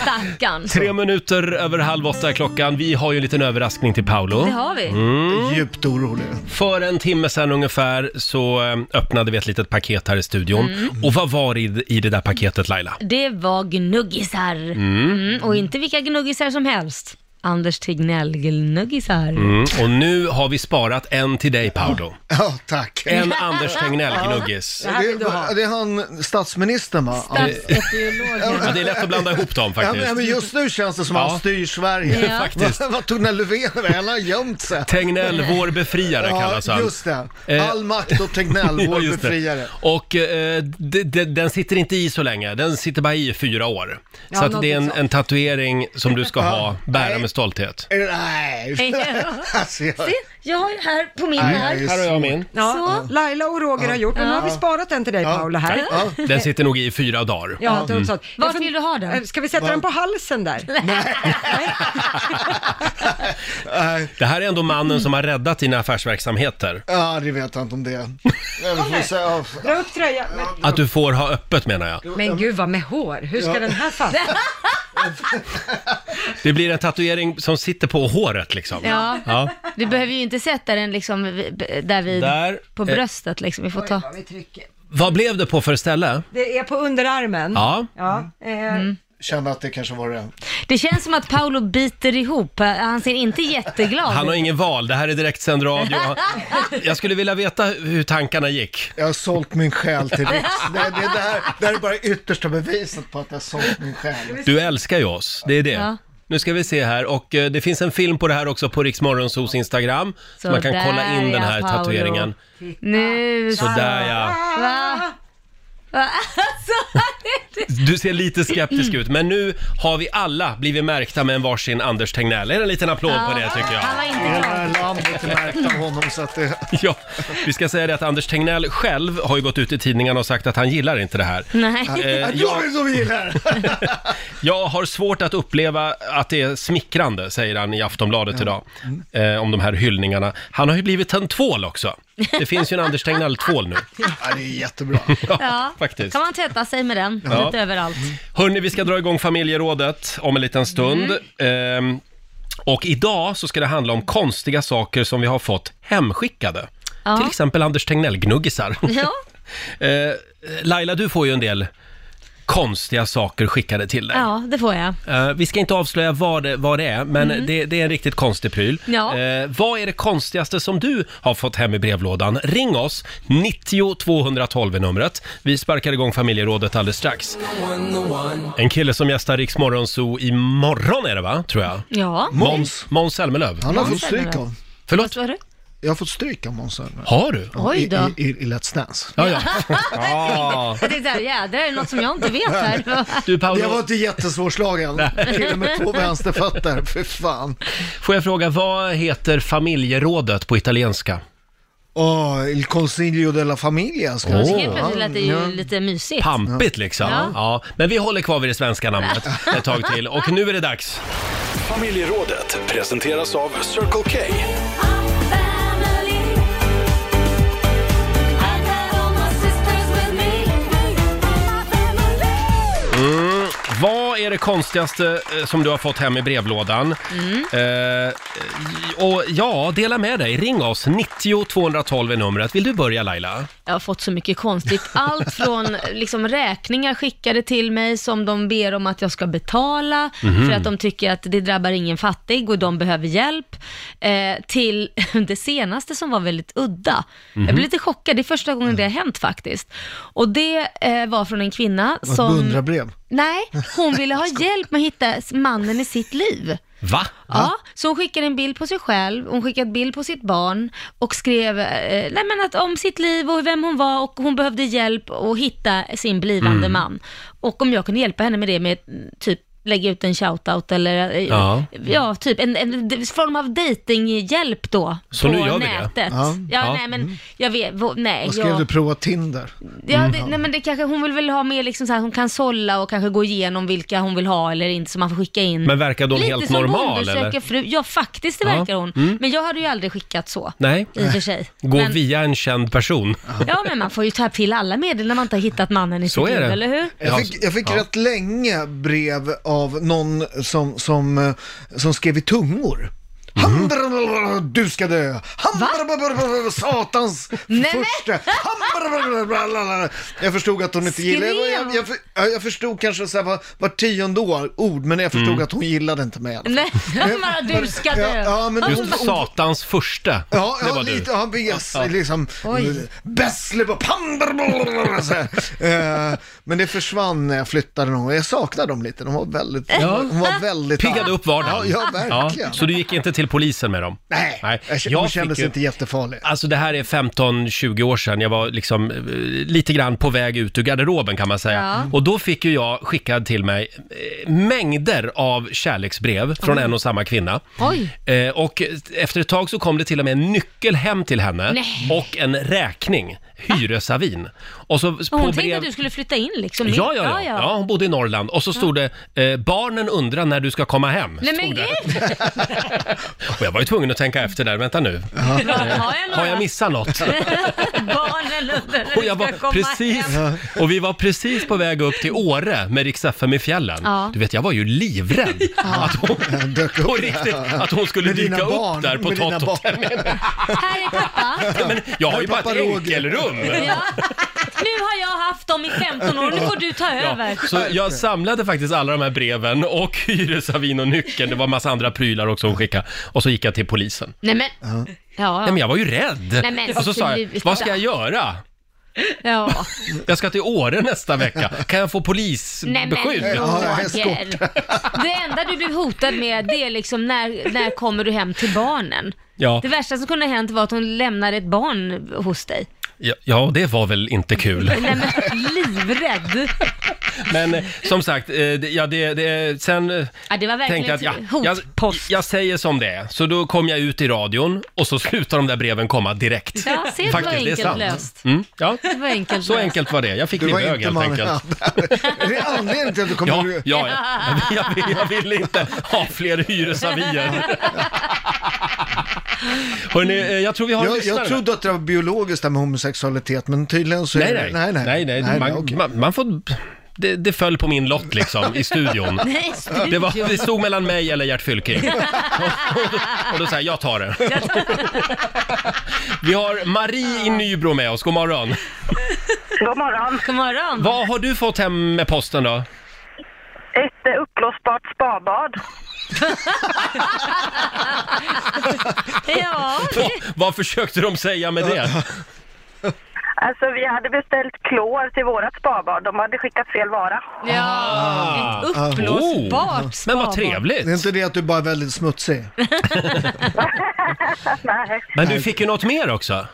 stackarn.
Tre minuter över halv åtta är klockan. Vi har ju en liten överraskning till Paolo.
Det har vi.
Mm.
Djupt orolig.
För en timme sedan ungefär så eh, öppnade vi ett litet paket här i studion. Och vad var det i, i det där paketet Laila?
Det var gnuggisar. Mm, och inte vilka gnuggisar som helst. Anders Tegnell-gnuggisar.
Mm. Och nu har vi sparat en till dig Paolo.
Ja, tack.
En Anders Tegnell-gnuggis.
här vill du ha.
Det, det är han statsministern va?
Statsepidemiologen.
Ja, det är lätt att blanda ihop dem
Ja,
faktiskt.
men men just nu känns det som
Ja.
att han styr Sverige.
Ja.
Faktiskt.
Vad- Vad tog när Löfven väl? Han har gömt sig.
Tegnell, vår befriare kallas
Ja,
han.
just det.
Eh,
All makt åt Tegnell,
Ja,
vår
just det.
befriare.
Och eh, d- d- den sitter inte i så länge, den sitter bara i fyra år. Så att det är en, en tatuering som du ska ha, bära
Nej,
med stolthet.
Eh, Nej, alltså jag...
Se, jag har ju här på min
Nej,
här.
jag är
Här har jag min.
Ja,
Så.
Laila och Roger har gjort, men nu har vi sparat den till dig Paula här.
Ja.
Den sitter nog i fyra dagar.
Ja, mm. sånt. Jag
Vart
fun-
vill du ha den?
Eh, Ska vi sätta den på halsen där?
Nej,
Det här är ändå mannen som har räddat dina affärsverksamheter.
ja, det vet jag inte om det är. Nej, vi får se. Ja,
Dra upp tröjan. Men,
Att du får ha öppet menar jag.
men gud vad med hår, hur ska den här fastna?
Det blir en tatuering som sitter på håret liksom.
Ja.
Ja.
Du behöver ju inte sätta den liksom vid- där vid,
Där.
på
Eh.
bröstet liksom. Vi får ta.
Vad vi trycker.
Vad blev det på för ställe?
Det är på underarmen.
Ja.
Ja, eh,
kände att det kanske var det.
Det känns som att Paolo biter ihop. Han ser inte jätteglad
Han har
ut.
ingen val, det här är direktsänd radio. Jag skulle vilja veta hur tankarna gick.
Jag har sålt min själ till Riks. Det, det, det, här, det här är bara yttersta beviset på att jag har sålt min själ.
Du älskar ju oss, det är det.
Ja.
Nu ska vi se här och eh, det finns en film på det här också på Riksmorgonsos Instagram. Så,
Så
man kan
där,
kolla in den
ja,
här
Paolo.
tatueringen.
Nu så.
Sådär ja.
Va? Va? Alltså,
Du ser lite skeptisk ut men nu har vi alla blivit märkta med en varsin Anders Tegnell. Är det en liten applåd på det tycker jag?
han var inte glad.
Hela landet är märkt av honom så att det...
Ja, vi ska säga det att Anders Tegnell själv har ju gått ut i tidningarna och sagt att han gillar inte det här.
Nej.
Eh,
Att jag är som gillar!
Jag har svårt att uppleva att det är smickrande, säger han i Aftonbladet idag, eh, om de här hyllningarna. Han har ju blivit en tvål också. Det finns ju en Anders Tegnell-tvål nu.
Ja, det är jättebra.
Ja,
Ja.
faktiskt.
Kan man tvätta sig med den
Ja. Mm.
lite överallt.
Hörni, vi ska dra igång familjerådet om en liten stund.
Mm.
Ehm, och idag så ska det handla om konstiga saker som vi har fått hemskickade.
Ja.
Till exempel Anders Tegnell-gnuggisar.
Ja.
Eh, Laila, du får ju en del konstiga saker skickade till dig.
ja, det får jag.
Eh, vi ska inte avslöja vad det, vad det är, men det, det är en riktigt konstig pryl.
Ja.
Eh, vad är det konstigaste som du har fått hem i brevlådan? Ring oss, 90 212 är numret. Vi sparkar igång familjerådet alldeles strax. En kille som gästar Riks Morgonzoo imorgon är det va, tror jag?
Ja.
Måns Måns Zelmerlöw.
Han har
Måns
fått stryk
Zelmerlöw.
av.
Förlåt,
Vad sa du?
Jag har fått stryk av Måns Zelmerlöw.
har du?
Oj då.
I, i, i Let's Dance.
Ja, ja. ja.
Jag tänkte såhär, jädrar är det något som jag inte vet här?
Du Paolo,
Det var inte jättesvårslagen. Killen med två vänsterfötter, för fan.
får jag fråga, vad heter familjerådet på italienska?
Åh, Il Consiglio della Famiglia ska jag
Jag
Åh.
tycker
säga.
plötsligt lät det ju lite mysigt.
Pampigt liksom. Ja.
Ja.
Men vi håller kvar vid det svenska namnet ett tag till. Och nu är det dags.
Familjerådet presenteras av Circle K.
Vad är det konstigaste eh, som du har fått hem i brevlådan? Eh, och ja, dela med dig. Ring oss. 90 212 är numret. Vill du börja Laila?
Jag har fått så mycket konstigt. Allt från liksom, räkningar skickade till mig som de ber om att jag ska betala för att de tycker att det drabbar ingen fattig och de behöver hjälp. Eh, till det senaste som var väldigt udda. Jag blev lite chockad. Det är första gången det har hänt faktiskt. Och det eh, var från en kvinna
Ett
som...
beundrarbrev.
Nej, hon ville ha hjälp med att hitta mannen i sitt liv.
Va?
Ja, så hon skickade en bild på sig själv, hon skickade en bild på sitt barn och skrev eh, nej men att om sitt liv och vem hon var och hon behövde hjälp att hitta sin blivande
Mm.
man. Och om jag kunde hjälpa henne med det med mm, typ lägga ut en shoutout eller eh,
Ja.
ja. typ en, en form av datinghjälp då.
Så
på
nu gör vi det.
nätet.
Ja.
Ja,
Ja. Mm.
nej men jag vet, vad- nej.
Vad skrev
jag...
du? Mm. Prova Tinder.
Ja, det, nej men det kanske, hon vill väl ha mer liksom så här, hon kan sålla och kanske gå igenom vilka hon vill ha eller inte, så man får skicka in.
Men verkar de helt
som
normal
undersöker
eller?
Fru. Ja, faktiskt det
Ja. Mm.
verkar hon. Men jag hade ju aldrig skickat så.
Nej.
I och för sig.
Gå
men,
via en känd person.
Ja, men man får ju ta till alla medel när man inte har hittat mannen i
Så
sitt
är
liv,
det.
eller hur?
Ja,
Jag fick, jag fick
ja.
rätt länge brev av någon som, som, eh, som skrev i tungor.
Mhm.
Mm. Du ska dö! Handra- Satans
Nej, men-
första! Handra- Jag förstod att hon inte
Skrev.
gillade jag, jag, för- ja, jag förstod kanske så här var, var tionde år, ord, men jag förstod
Mm.
att hon gillade inte mig. i alla fall.
Nej, bara du ska
Ja,
dö.
ja, men hon,
Just satans första.
Ja,
det
ja
var
lite,
du.
ja, han bes, liksom,
Oj.
Bessle på pandar så här. Eh, Men det försvann när jag flyttade någon gång. Jag saknar dem lite, de var väldigt, hon var väldigt
Piggade upp vardagen.
Ja, ja verkligen.
så du gick inte till polisen med dem.
Nej,
Nej,
jag, jag
jag
hon kändes
fick ju-
inte jättefarlig.
Alltså det här är 15-20 år sedan, jag var liksom eh, lite grann på väg ut ur garderoben kan man säga.
Ja.
Och då fick ju jag skickad till mig eh, mängder av kärleksbrev från en och samma kvinna.
Oj.
Eh, och efter ett tag så kom det till och med en nyckel hem till henne
Nej.
och en räkning, hyresavin. Och så
Och
på
hon tänkte
brev...
att du skulle flytta in liksom.
Ja, ja, ja, ja. Hon bodde i Norrland. Och så stod det eh, “Barnen undrar när du ska komma hem”.
Nej
stod
men
det.
gud!
Och jag var ju tvungen att tänka efter där, vänta nu.
Har jag några
Har jag missat något?
barn eller undrar när
Och
du
jag
ska komma
var precis,
hem?
och vi var precis på väg upp till Åre med Rix FM i fjällen.
Ja.
Du vet, jag var ju livrädd att hon,
dök upp.
på riktigt, att hon skulle
Med dina
dyka upp
barn,
där på
med dina
Toto.
barn.
Här är pappa.
Men jag har
Här
ju
är
bara
pappa
ett
Roger.
enkelrum.
Ja. Nu har jag haft dem i 15 år, nu får du ta
Ja,
över.
så jag samlade faktiskt alla de här breven och hyresavin och nyckeln. Det var massa andra prylar också hon skickade. Och så gick jag till polisen.
Nej men. Ja. Ja.
Nej men jag var ju rädd.
Nej, men
och så sa jag,
sluta.
vad ska jag göra?
ja.
Jag ska till Åre nästa vecka. Kan jag få
Nej men
polisbeskydd?
Roger. Det enda du blev hotad med det är liksom när, när kommer du hem till barnen?
Ja.
Det värsta som kunde ha hänt var att hon lämnade ett barn hos dig.
Ja, ja, det var väl inte kul.
Nej men livrädd.
Men eh, som sagt, eh, det- ja, det, det, sen eh,
Ja, det var verkligen
tänkte jag att ja,
hot.
jag, jag säger som det är. Så då kom jag ut i radion och så slutar de där breven komma direkt.
Ja, se det var
Faktiskt, det är
enkelt
sant.
löst.
Mm, ja,
Det var enkelt
så
löst.
enkelt var det. Jag fick
Du
bli
var
bög
inte
helt
mannen.
enkelt. Ja,
Är det anledningen till att du
ja,
kommer...
ja. Jag, vill, jag vill inte ha fler hyresavier. Hörrni, eh, jag tror vi har en
Jag,
lyssnare.
jag trodde att det var biologiskt där med homosexualitet, men tydligen så
Nej,
är
nej.
det... Nej, nej.
man,
okej.
man, man får... Det, det föll på min lott liksom, i studion.
Nej, studion.
Det, var, det stod mellan mig eller Gert Fylking. Och då säger jag, jag tar det. Vi har Marie i Nybro med oss, god morgon.
God morgon.
God morgon.
Vad har du fått hem med posten då?
Ett eh, uppblåsbart spabad.
Ja.
Vad, vad försökte de säga med det?
Alltså vi hade beställt klor till vårat spabad. De hade skickat fel vara.
ja. Ett uppblåsbart
Ah. Oh, Men vad
spabad.
trevligt.
Det är inte det att du bara är väldigt smutsig?
Nej.
Men du fick ju något mer också.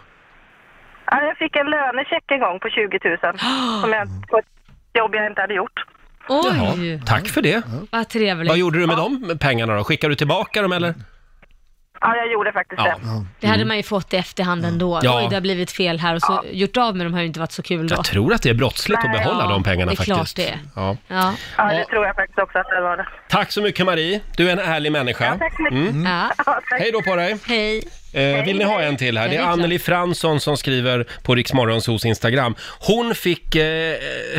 Ja, Jag fick en lönecheck en gång på 20 000. Som jag, på ett jobb jag inte hade gjort.
Oj,
Tack för det.
vad
Vad
trevligt.
gjorde du med de pengarna då? Skickade du tillbaka dem eller?
Ja, jag gjorde faktiskt
Ja.
det.
Det hade man ju fått i efterhand ändå.
Ja.
Oj, det har blivit fel här och så gjort av med dem har ju inte varit så kul då.
Jag tror att det är brottsligt att behålla
Ja,
de pengarna
det är
faktiskt.
klart det är.
Ja.
Ja.
Ja,
Ja.
det tror jag faktiskt också att det var. det.
Tack så mycket Marie, du är en ärlig människa.
Ja, tack så mycket.
Mm.
ja.
Ja, tack.
Hej då på dig!
Hej.
Eh, vill ni ha en till här?
Ja,
Det är
det är klart.
Anneli Fransson som skriver på Riksmorgonsos Instagram. Hon fick eh,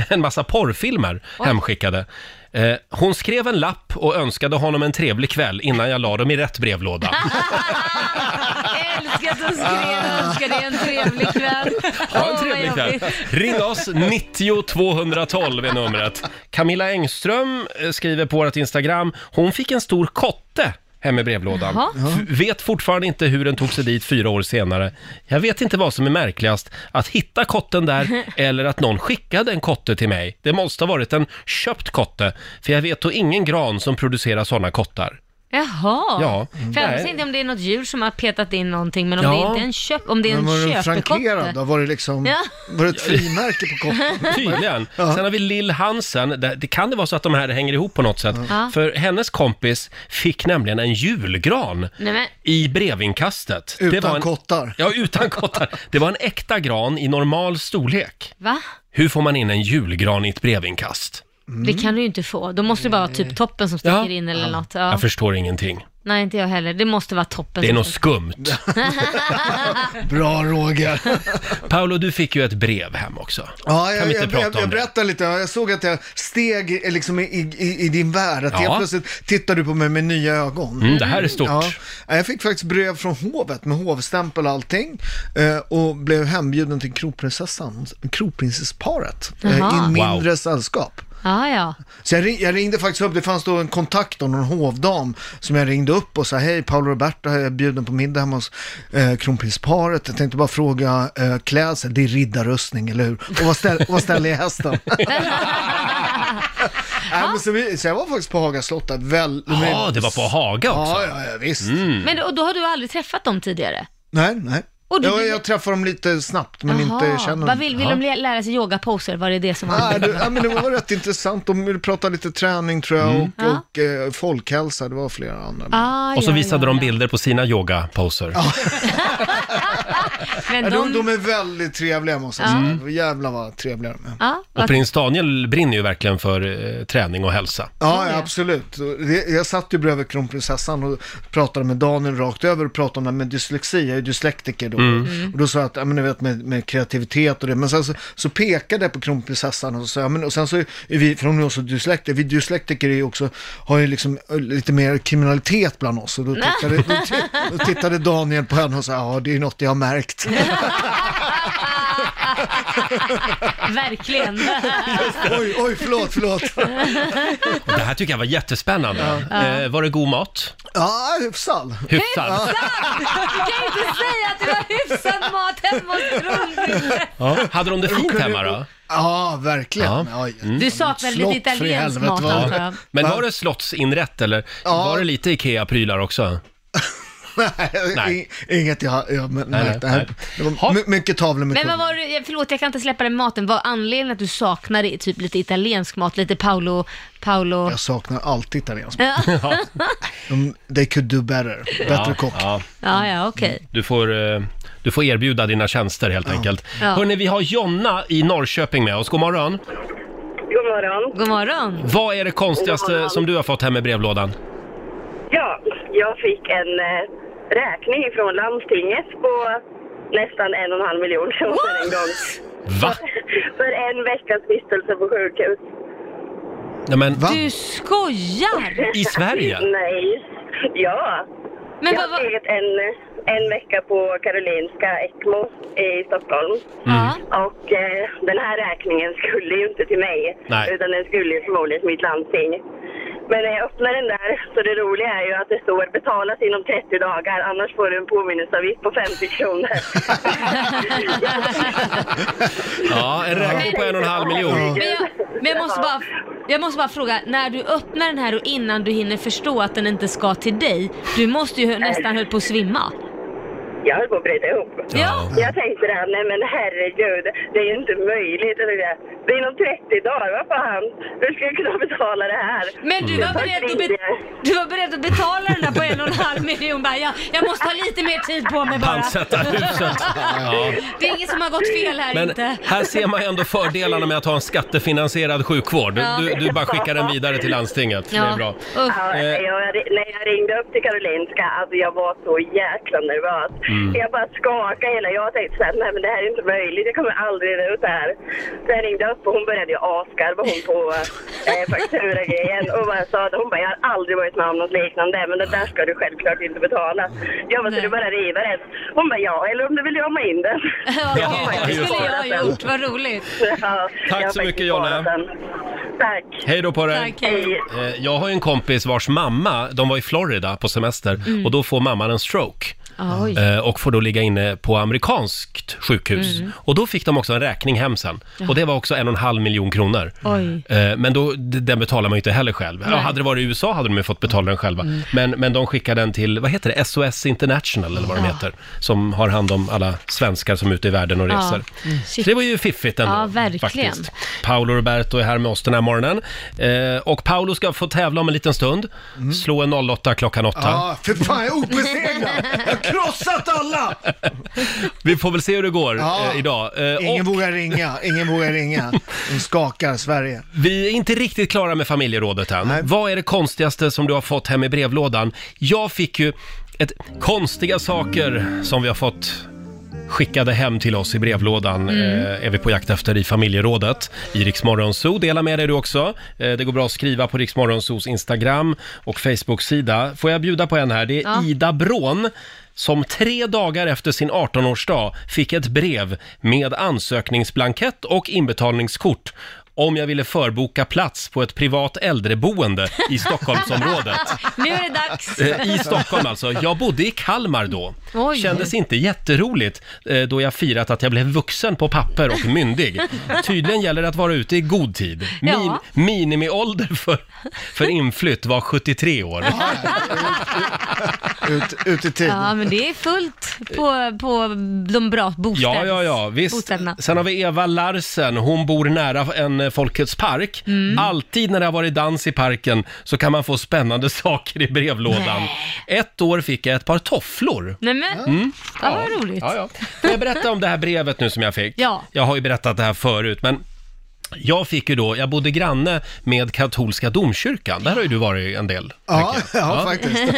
en massa porrfilmer hemskickade. Eh, hon skrev en lapp och önskade honom en trevlig kväll innan jag la dem i rätt brevlåda.
Älskar att du skrev önskar dig en trevlig kväll.
Ha Ah. en
Åh,
trevlig
vad
kväll!
jobbigt.
Ring oss, 90 212 är numret. Camilla Engström eh, skriver på vårt Instagram, hon fick en stor kotte hem i brevlådan.
Jaha.
F- Vet fortfarande inte hur den tog sig dit fyra år senare. Jag vet inte vad som är märkligast, att hitta kotten där eller att någon skickade en kotte till mig. Det måste ha varit en köpt kotte, för jag vet då ingen gran som producerar sådana kottar.
Jaha.
Ja.
För jag
Nej.
vet inte om det är något djur som har petat in någonting, men om
Ja.
det inte är en köp, om det är
Men var
en
den frankerad
köpekotte.
då? Var det liksom...
Ja.
Var det ett frimärke på koppen?
Tydligen. Sen har vi Lill Hansen. Det, det kan det vara så att de här hänger ihop på något sätt.
Ja.
För hennes kompis fick nämligen en julgran
Nej, men,
i brevinkastet. det
Utan
var en,
kottar.
Ja, utan kottar. Det var en äkta gran i normal storlek.
va?
Hur får man in en julgran i ett brevinkast?
Det kan du ju inte få. Då måste det bara vara typ toppen som sticker
Mm. Ja.
in eller något. Ja.
Jag förstår ingenting.
Nej, inte jag heller. Det måste vara toppen.
Det är
som
något
sticker-
skumt.
Bra Roger!
Paolo, du fick ju ett brev hem också.
Ja,
Kan
jag,
vi inte
jag,
prata
jag,
om
jag
det?
berättar lite. Jag såg att jag steg eh, liksom i, i, i din värld. Att
Ja.
helt plötsligt tittar du på mig med nya ögon.
Mm, det här är stort.
Ja, jag fick faktiskt brev från hovet med hovstämpel och allting. eh, Och blev hembjuden till kronprinsessan, kronprinsessparet. eh,
Jaha.
I en
Wow.
mindre sällskap.
Ja, ja.
Så jag, ring, jag ringde faktiskt upp, det fanns då en kontakt och någon hovdam som jag ringde upp och sa hej Paolo Roberto, jag är bjuden på middag hemma hos eh, kronprinsparet. Jag tänkte bara fråga eh, klädsel, det är riddarrustning eller hur? Och vad, ställ, och vad ställer jag hästen? Nej, men så, vi, så jag var faktiskt på Haga slott där. Väl,
Ja, Ah, det var på Haga också. Mm.
Ja, ja, ja visst.
Men och då har du aldrig träffat dem tidigare?
Nej, nej.
Och du-
jag, jag träffar dem lite snabbt men inte känner
Vad
dem.
vill, vill de lä- lära sig yogaposer? Var det det som
Ah.
var?
Nej, det, ja, men det var rätt intressant. De ville prata lite träning tror jag
Mm.
och,
Ja.
och eh, folkhälsa. Det var flera andra.
Ah,
Och så
ja,
visade
ja,
de
ja.
bilder på sina yogaposer.
Men
Men
de,
de, Mm. de är väldigt trevliga måste jag säga. Jävlar vad trevliga de är.
ja,
Och
vad,
prins Daniel brinner ju verkligen för eh, träning och hälsa.
Ja, ja absolut. Och det- Jag satt ju bredvid kronprinsessan och pratade med Daniel rakt över och pratade om det här med dyslexi. Jag är ju dyslektiker då. Och då sa jag att, ja men du vet med, med kreativitet och det. Men sen så, så pekade jag på kronprinsessan och så sa jag, men och sen så är vi, för hon är också dyslektiker, vi dyslektiker är ju också, har ju liksom eh, lite mer kriminalitet bland oss. Och då tittade, då, ti- då tittade Daniel på henne och sa, ja det är något jag har märkt.
verkligen.
oj, oj, förlåt, förlåt.
Och det här tycker jag var jättespännande. Eh, var det god mat?
Ja, hyfsad.
Hyfsad?
Du kan ju inte säga att det var hyfsad mat hemma hos kronprinsen.
Ja. Hade de det fint hemma då?
Ja, verkligen.
Ja. Mm.
Oj.
Du saknar
Slott,
lite
för
italiensk
helvete,
mat
vad-
antar jag.
Men var det slottsinrätt eller
Ja.
var det lite IKEA-prylar också?
Nej,
Nej.
ing- inget jag har jag märkt.
nej,
det här.
nej.
Det var my- mycket tavlor med
Men vad
kuggar.
var det, förlåt jag kan inte släppa den maten, vad anledningen att du saknade typ lite italiensk mat, lite Paolo, Paolo,
Jag saknar alltid italiensk
ja,
De- They could do better. Bättre kock.
Ja.
ja, ja okej.
Du, får, eh, du får erbjuda dina tjänster helt enkelt. Hörni, vi har Jonna i Norrköping med oss. God morgon.
God morgon.
God morgon.
Vad är det
God
konstigaste
morgon.
som du har fått hem i brevlådan?
Ja, jag fick en eh, räkning från landstinget på nästan en och en halv miljon kronor en gång.
Va?
För en veckas vistelse på sjukhus.
Nej, men,
Va?
Du skojar!
I Sverige?
Nej. Ja.
Men
jag
vad,
har
vad,
skrivit en, en vecka på Karolinska ECMO i Stockholm.
ja.
Mm.
Och eh, den här räkningen skulle ju inte till mig,
Nej.
utan den skulle ju förmodligen till mitt landsting. Men när jag öppnar den där, så det roliga är ju att det står betalas inom 30 dagar, annars får du en påminnelseavgift på 50 kronor.
Ja, en räkning på en och en halv miljon.
Men, jag, men jag, måste bara, jag måste bara fråga, när du öppnar den här och innan du hinner förstå att den inte ska till dig, du måste ju nästan höll på att svimma.
Jag höll på att bryta ihop.
Ja.
Jag tänkte det här, nej men herregud, det är ju inte möjligt. Jag tänkte, Det är inom 30 dagar, vad fan, hur ska jag kunna betala det här?
Men du
Mm.
var, beredd att be, du var beredd att betala den där på en och en halv miljon bara, jag, jag måste ha lite mer tid på mig bara.
Pantsätta huset. Ja.
Det är inget som har gått fel här
Men
inte.
här ser man ju ändå fördelarna med att ha en skattefinansierad sjukvård. Du, du, du bara skickar den vidare till landstinget. Det är bra.
Usch.
Ja,
Eh.
jag, när jag ringde upp till Karolinska, alltså jag var så jäkla nervös.
Mm.
Jag bara skakade hela, jag tänkte såhär, nej men det här är inte möjligt, jag kommer aldrig reda ut det här. Så jag ringde upp och hon började ju asgarva hon på eh, fakturagrejen och bara sa att hon bara, jag har aldrig varit med om något liknande, men det där ska du självklart inte betala. Jag bara, så
Nej.
du bara river den? Hon bara, ja, eller om du vill rama in den.
Ja,
Ja,
det
just
skulle
det.
jag ha gjort, vad roligt.
Ja,
Tack
jag
så
har
mycket,
faktiskt
Jonna.
sparat den. Tack.
Hej då på dig.
Tack.
Hej.
Eh, Jag har ju en kompis vars mamma, de var i Florida på semester och då får mamman en stroke.
Mm. Oj.
Eh, och får då ligga inne på amerikanskt sjukhus.
Mm.
Och då fick de också en räkning hem sen. Och det var också en och en halv miljon kronor.
Oj.
Eh, Men då, d- den betalar man ju inte heller själv. Ja, hade det varit i USA hade de ju fått betala den själva.
Mm.
Men, men de skickade den till, vad heter det, SOS International eller vad de heter. Som har hand om alla svenskar som är ute i världen och
Ja.
reser.
Mm.
Så det var ju fiffigt ändå.
Ja, verkligen.
Faktiskt. Paolo Roberto är här med oss den här morgonen. Eh, och Paolo ska få tävla om en liten stund. Slå en 08 klockan 8.
Mm. Ja, för fan jag är obesegrad. Jag har krossat alla.
Vi får väl se hur det går
Ja.
eh, idag. Eh,
Ingen
och
vågar ringa, ingen vågar ringa. De skakar Sverige.
vi är inte riktigt klara med familjerådet än. Vad är det konstigaste som du har fått hem i brevlådan? Jag fick ju ett konstiga saker som vi har fått skickade hem till oss i brevlådan eh, är vi på jakt efter i familjerådet i Riksmorgonzoo. Dela med dig du också. Eh, det går bra att skriva på Riksmorgonzoos Instagram och Facebook-sida. Får jag bjuda på en här? Det är
Ja.
Ida Brån som tre dagar efter sin 18-årsdag fick ett brev med ansökningsblankett och inbetalningskort om jag ville förboka plats på ett privat äldreboende i Stockholmsområdet.
Nu är det dags.
Eh, I Stockholm alltså. Jag bodde i Kalmar då.
Oj.
Kändes inte jätteroligt eh, då jag firat att jag blev vuxen på papper och myndig. Tydligen gäller det att vara ute i god tid. Min,
Ja.
Minimiålder för, för inflytt var 73 år.
Ut, ut i tid.
Ja, men det är fullt på, på de bra
Ja,
bostäderna.
ja, ja, visst.
Bostäderna.
Sen har vi Eva Larsen, hon bor nära en eh, Folkets park.
Mm.
Alltid när det har varit dans i parken så kan man få spännande saker i brevlådan. Ett år fick jag ett par tofflor.
Nej men, ja, vad roligt.
Mm. Ja, ja. Får jag berätta om det här brevet nu som jag fick?
Ja.
Jag har ju berättat det här förut, men jag fick ju då, jag bodde granne med katolska domkyrkan. Där har ju du varit en del.
Ja,
tänker jag.
ja, faktiskt.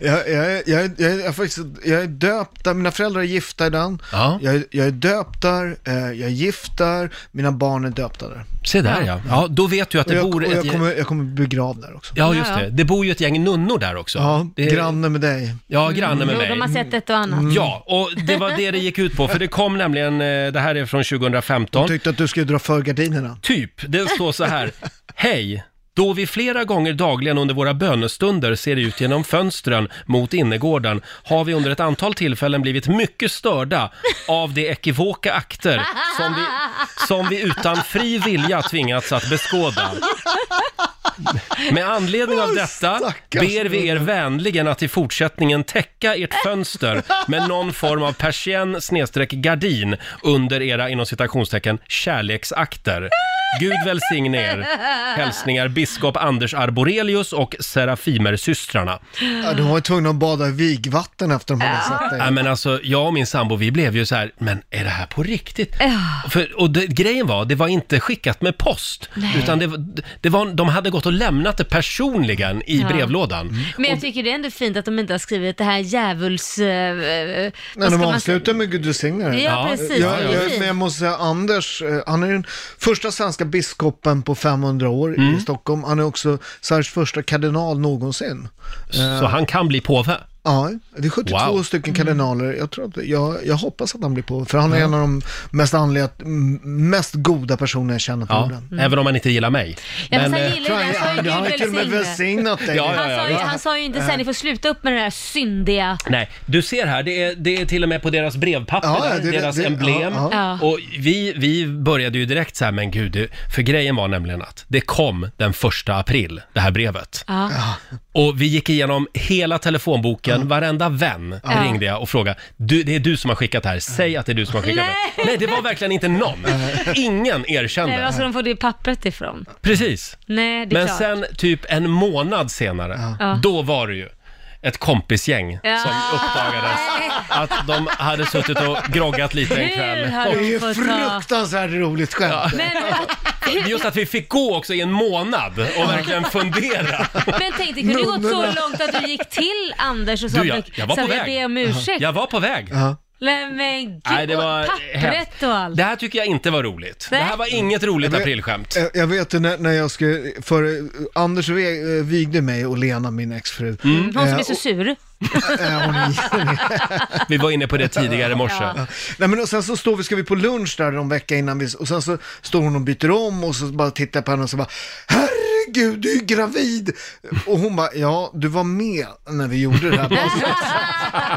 jag, jag, är- jag, är- jag, är- jag, är faktiskt. Jag är döpt där, mina föräldrar är gifta i den.
Ja.
Jag, är- jag är döpt där, eh, jag är gift där, mina barn är döpta där.
Se där ja. ja. Då vet du att
Och
det
jag,
bor
och
ett...
jag, kommer, jag kommer begravd där också.
Ja, just
Ja, ja.
det. Det bor ju ett gäng nunnor där också.
Ja,
det...
granne med dig.
Ja, granne med
Mm. Jo,
mig. Mm.
de har sett ett och annat.
Ja, och det var det det gick ut på, för det kom nämligen, eh, det här är från 2015.
Tyckte att du skulle dra för gardinerna.
Typ, det står så här. Hej! Då vi flera gånger dagligen under våra bönestunder ser ut genom fönstren mot innergården har vi under ett antal tillfällen blivit mycket störda av de ekivoka akter som vi, som vi utan fri vilja tvingats att beskåda. Med anledning av detta ber vi er vänligen att i fortsättningen täcka ert fönster med någon form av persienn snedstreck gardin under era inom citationstecken kärleksakter. Gud välsigne er. Hälsningar biskop Anders Arborelius och Serafimersystrarna.
Ja, de var ju tvungna att bada i vigvatten efter de hade sett
Nej
dig.
men alltså, jag och min sambo vi blev ju så här, men är det här på riktigt? För, och det, grejen var, det var inte skickat med post, utan det, var- det var, de hade gått och lämnat det personligen i brevlådan.
Men jag tycker det är ändå fint att de inte har skrivit det här djävuls... eh, eh,
När
vad ska
de
man säga?
avslutar med Gud välsigne dig.
Ja,
Ja,
precis.
ja,
Jag,
det är
jag, men
fint.
jag måste säga Anders, eh, han är den första svenska biskopen på 500 år
Mm.
i Stockholm. Han är också Sveriges första kardinal någonsin. Eh.
Så han kan bli påve.
Ja, det är 72
Wow. Mm.
stycken kardinaler. Jag, tror att, jag, jag hoppas att han blir på, för han är en av de mest andliga, m- mest goda personer jag känner på
Ja,
jorden.
Mm.
även om han inte gillar mig.
Ja, men,
eh,
han gillar ju det, han sa
Han,
ju
han har
Gud
till och med
välsigne.
välsignat dig.
Ja, ja.
Han sa ju- Han sa ju inte sen, ni får sluta upp med det där syndiga...
nej, du ser här, det är, det är till och med på deras brevpapper,
Ja,
där,
ja, det-
deras
det-
emblem.
ja,
ja.
Och vi, vi började ju direkt så här, men gud, det, för grejen var nämligen att det kom den första april, det här brevet.
Ja.
Och vi gick igenom hela telefonboken, varenda vän ringde jag och frågade, du, det är du som har skickat det här, säg att det är du som har skickat det.
Nej.
Nej, det var verkligen inte någon. Ingen
Nej, var
erkände.
Eh, ska de få det pappret ifrån?
Precis.
Nej, det är
Men
klart.
sen typ en månad senare,
Ja.
då var det ju ett kompisgäng
Ja.
som uppdagades att de hade suttit och groggat lite en
Hur
kväll.
har
Det är
de
ju
fått ta...
fruktansvärt roligt skämt.
Men,
Just att vi fick gå också i en månad och verkligen fundera.
men tänk, det kunde ju gått så
Nunnorna.
långt att du gick till Anders och sa
Du, jag- jag var
så här,
på
jag
väg."
ber om ursäkt.
Jag var på väg.
Nej men gud,
Nej, det var
och pappret
hemskt.
och allt.
Det här tycker jag inte var roligt.
Nej.
Det här var inget roligt
Men-
aprilskämt.
Eh, Jag- Jag vet ju när, när jag skulle, för eh, Anders ve- eh, vigde mig och Lena, min exfru.
Mm.
Någon som
Eh,
är så sur.
och- eh, hon är
Vi var inne på det tidigare i morse.
Nej men och sen så står vi, ska vi på lunch där någon vecka innan vi, och sen så står hon och byter om och så bara tittar jag på henne och så bara Herregud, du är ju gravid! Och hon bara, ja du var med när vi gjorde det här. Bara så-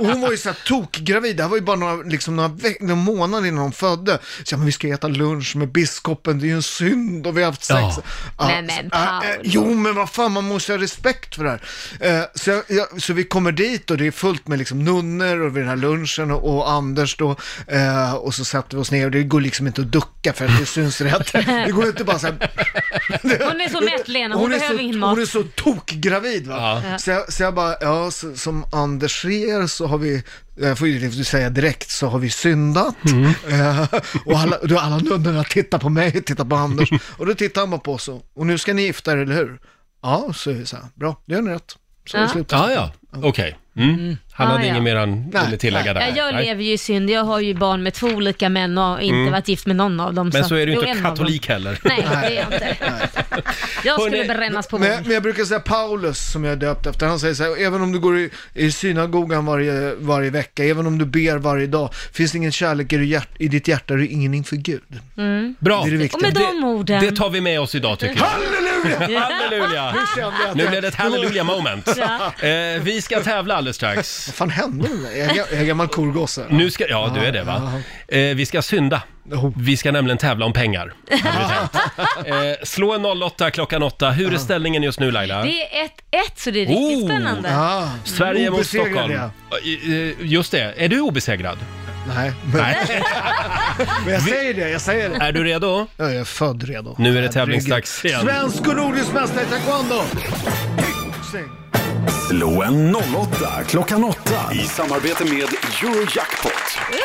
Och hon var ju såhär tokgravid, det här var ju bara några, liksom, några, veck- några månader innan hon födde. Så jag, men vi ska äta lunch med biskopen, det är ju en synd och vi har haft sex.
Ja.
Men, men,
så- äh,
Paolo.
äh, Jo men vad fan, man måste ha respekt för det här. Eh, så, jag, jag, så vi kommer dit och det är fullt med liksom nunnor och vid den här lunchen och, och Anders då. Eh, och så sätter vi oss ner och det går liksom inte att ducka för att det syns rätt. Det går inte bara så här.
Hon är så mätt Lena, hon,
är
behöver
så,
ingen mat.
Hon är så tokgravid va. Så, jag, så jag bara, ja så, som Anders ser så har vi jag får ju säga direkt, så har vi syndat.
Mm.
Eh, och alla, då alla nunnorna tittar på mig och tittar på Anders. Och då tittar han bara på oss och, och nu ska ni gifta er, eller hur? Ja, så är vi så här, bra, det gör ni rätt. Så är det slut.
Ja, ja, okej. Mm. Han
Ja,
hade
ja.
inget mer han ville
Nej.
tillägga där.
Ja, jag
Nej. Mm.
lever ju i synd. Jag har ju barn med två olika män och inte varit gift med någon av dem.
Men så är du
Jo,
inte
en av dem.
katolik heller.
Nej, det är jag inte. Jag skulle
Hörrni,
brännas på
Men,
bord.
jag- men jag brukar säga Paulus, som jag är döpt efter, han säger så här, även om du går i, i synagogan varje, varje vecka, även om du ber varje dag, finns det ingen kärlek i, ditt hjärt- i ditt hjärta, är du ingen inför Gud.
Bra.
Det är det
Och
viktiga.
med de orden.
Det tar vi med oss idag tycker jag. Halleluja! Halleluja! Nu blev det ett halleluja moment.
Ja.
Eh, vi ska tävla alldeles strax.
Vad fan hände med mig? Jag är ga- jag är gammal korgosse.
Nu ska, ja du är det va? Eh, vi ska synda.
Oh.
Vi ska nämligen tävla om pengar. hade vi tänkt. Eh, slå en 08 klockan 8. Hur är ställningen just nu Laila?
Det är 1-1 så det är riktigt
Oh.
spännande.
Ah,
Sverige mot
obesegrad
Stockholm.
jag.
Eh, eh, Just det, är du obesegrad?
Nej, men,
Nej.
men jag säger det, jag säger det.
Är du redo?
Jag är född redo.
Nu är det
Herregud.
tävlingsdags igen.
Svensk och nordisk mästare i taekwondo! Snygg.
Slå en 08 klockan 8 i samarbete med Eurojackpot.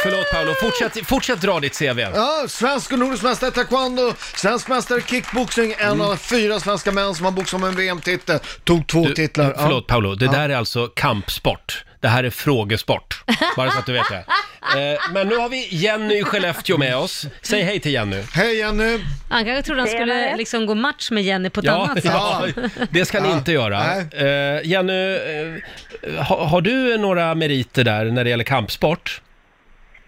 Förlåt Paolo, fortsätt, fortsätt dra ditt CV.
Ja, svensk och nordisk mästare i taekwondo, svensk mästare i kickboxing, en
Mm.
av fyra svenska män som har boxat om en VM-titel. Tog två titlar. Ja.
Förlåt Paolo, det där är alltså kampsport. Det här är frågesport. Bara så att du vet det. Eh, men nu har vi Jenny i Skellefteå med oss. Säg hej till Jenny.
Hej Jenny!
Han kanske trodde han skulle
Tjenare.
liksom gå match med Jenny på ett annat sätt.
ja, det ska ni inte göra.
Nej.
Eh, Jenny, eh, ha, har du några meriter där när det gäller kampsport?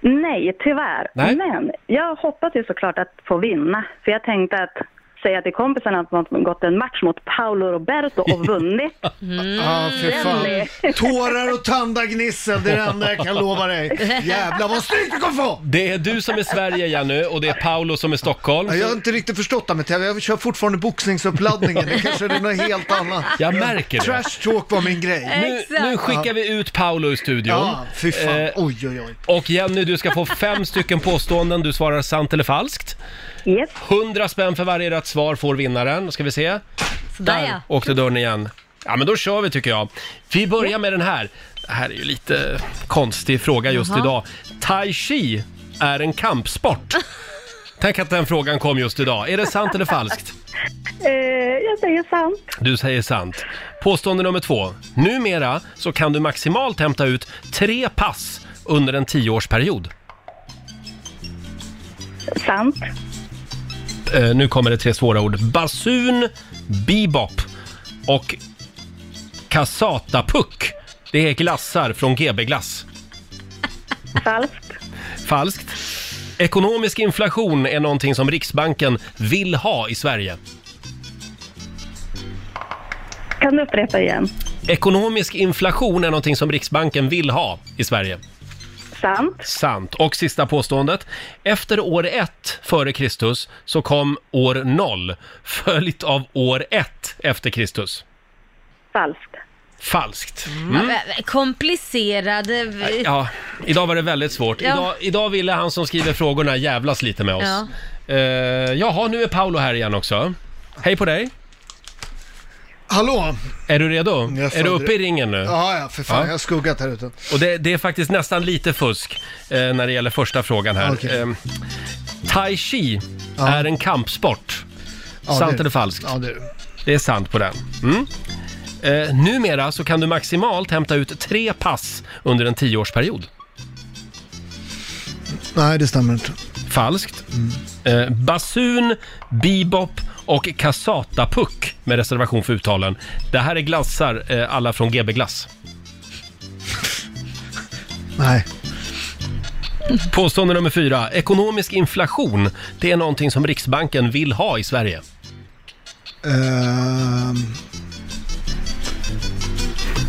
Nej, tyvärr.
Nej.
Men jag hoppas ju såklart att få vinna. För jag tänkte att säga till kompisarna att man har gått en match mot Paolo Roberto och vunnit.
Ja, fy fan. Tårar och tandagnissel, det är det enda jag kan lova dig. Jävlar vad snyggt du kommer få!
Det är du som är Sverige Jenny och det är Paolo som är Stockholm.
Ja, Jag har inte riktigt förstått det, men jag kör fortfarande boxningsuppladdningen. Det kanske är något helt annat.
Jag märker det.
Trash talk var min grej.
Nu, nu skickar vi ut Paolo i studion.
Ja, fy fan.
Eh,
Oj, oj, oj.
Och Jenny, du ska få fem stycken påståenden. Du svarar sant eller falskt.
Yes.
100 spänn för varje rätt svar får vinnaren. Ska vi se.
Sådär ja.
åkte dörren igen. Ja, men då kör vi tycker jag. Vi börjar med den här. Det här är ju lite konstig fråga just
Jaha.
idag. Tai chi är en kampsport. Tänk att den frågan kom just idag. Är det sant eller falskt?
Eh, jag säger sant.
Du säger sant. Påstående nummer två. Numera så kan du maximalt hämta ut tre pass under en tioårsperiod.
Sant.
Eh, nu kommer det tre svåra ord. Basun, bebop och kassatapuck. Det är glassar från GB Glass.
Falskt.
Falskt. Ekonomisk inflation är någonting som Riksbanken vill ha i Sverige.
Kan du upprepa igen?
Ekonomisk inflation är någonting som Riksbanken vill ha i Sverige.
Sant.
Sant. Och sista påståendet. Efter år 1 före Kristus så kom år 0 följt av år 1 efter Kristus.
Falskt.
Falskt.
Mm. Komplicerad. eh,
Mm. Ja, idag var det väldigt svårt.
Ja.
Idag, idag ville han som skriver frågorna jävlas lite med oss.
Ja.
Eh, jaha, nu är Paolo här igen också. Hej på dig!
Hallå!
Är du redo?
Jag
Är
födde-
du uppe i ringen nu?
Ja, ja, för fan.
Ja.
Jag har skuggat här ute.
Och det, det är faktiskt nästan lite fusk eh, när det gäller första frågan här.
Okej.
Eh, tai chi
Ja.
är en kampsport.
Ja,
sant
det-
eller falskt?
Ja, du.
Det är sant på den. Mm. Eh, numera så kan du maximalt hämta ut tre pass under en tioårsperiod.
Nej, det stämmer inte.
Falskt.
Mm.
Eh, basun, bebop och kassatapuck med reservation för uttalen. Det här är glassar, eh, alla från GB Glass.
Nej.
Påstående nummer fyra. Ekonomisk inflation, det är någonting som Riksbanken vill ha i Sverige.
Ehm.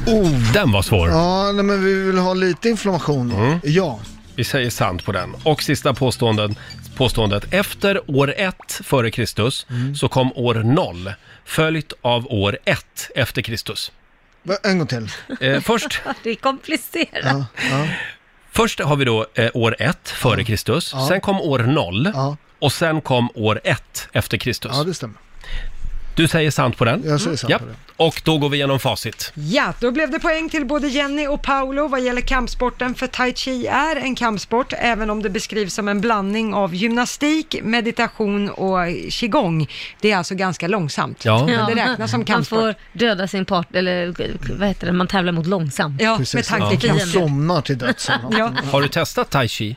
Oh.
Den var svår.
Ja, nej, men vi vill ha lite inflammation.
Mm.
Ja.
Vi säger sant på den. Och sista påståendet. påståendet. Efter år 1 före Kristus så kom år 0 följt av år 1 efter Kristus.
Va, En gång till.
Eh, först,
Det är komplicerat.
Ja, ja,
först har vi då eh, år 1 före Kristus, sen kom år 0
Ja.
och sen kom år 1 efter Kristus.
ja, det stämmer.
Du säger sant på den?
Jag säger sant
ja.
på den. Mm.
Och då går vi igenom facit.
Ja, då blev det poäng till både Jenny och Paolo vad gäller kampsporten, för tai chi är en kampsport, även om det beskrivs som en blandning av gymnastik, meditation och qigong. Det är alltså ganska långsamt,
Ja.
men det räknas som
Man
kampsport.
får döda sin part, eller vad heter det, man tävlar mot långsamt.
Ja, med
Precis.
tankekraft.
Han somnar till döds.
Ja.
ja.
Har du testat tai chi?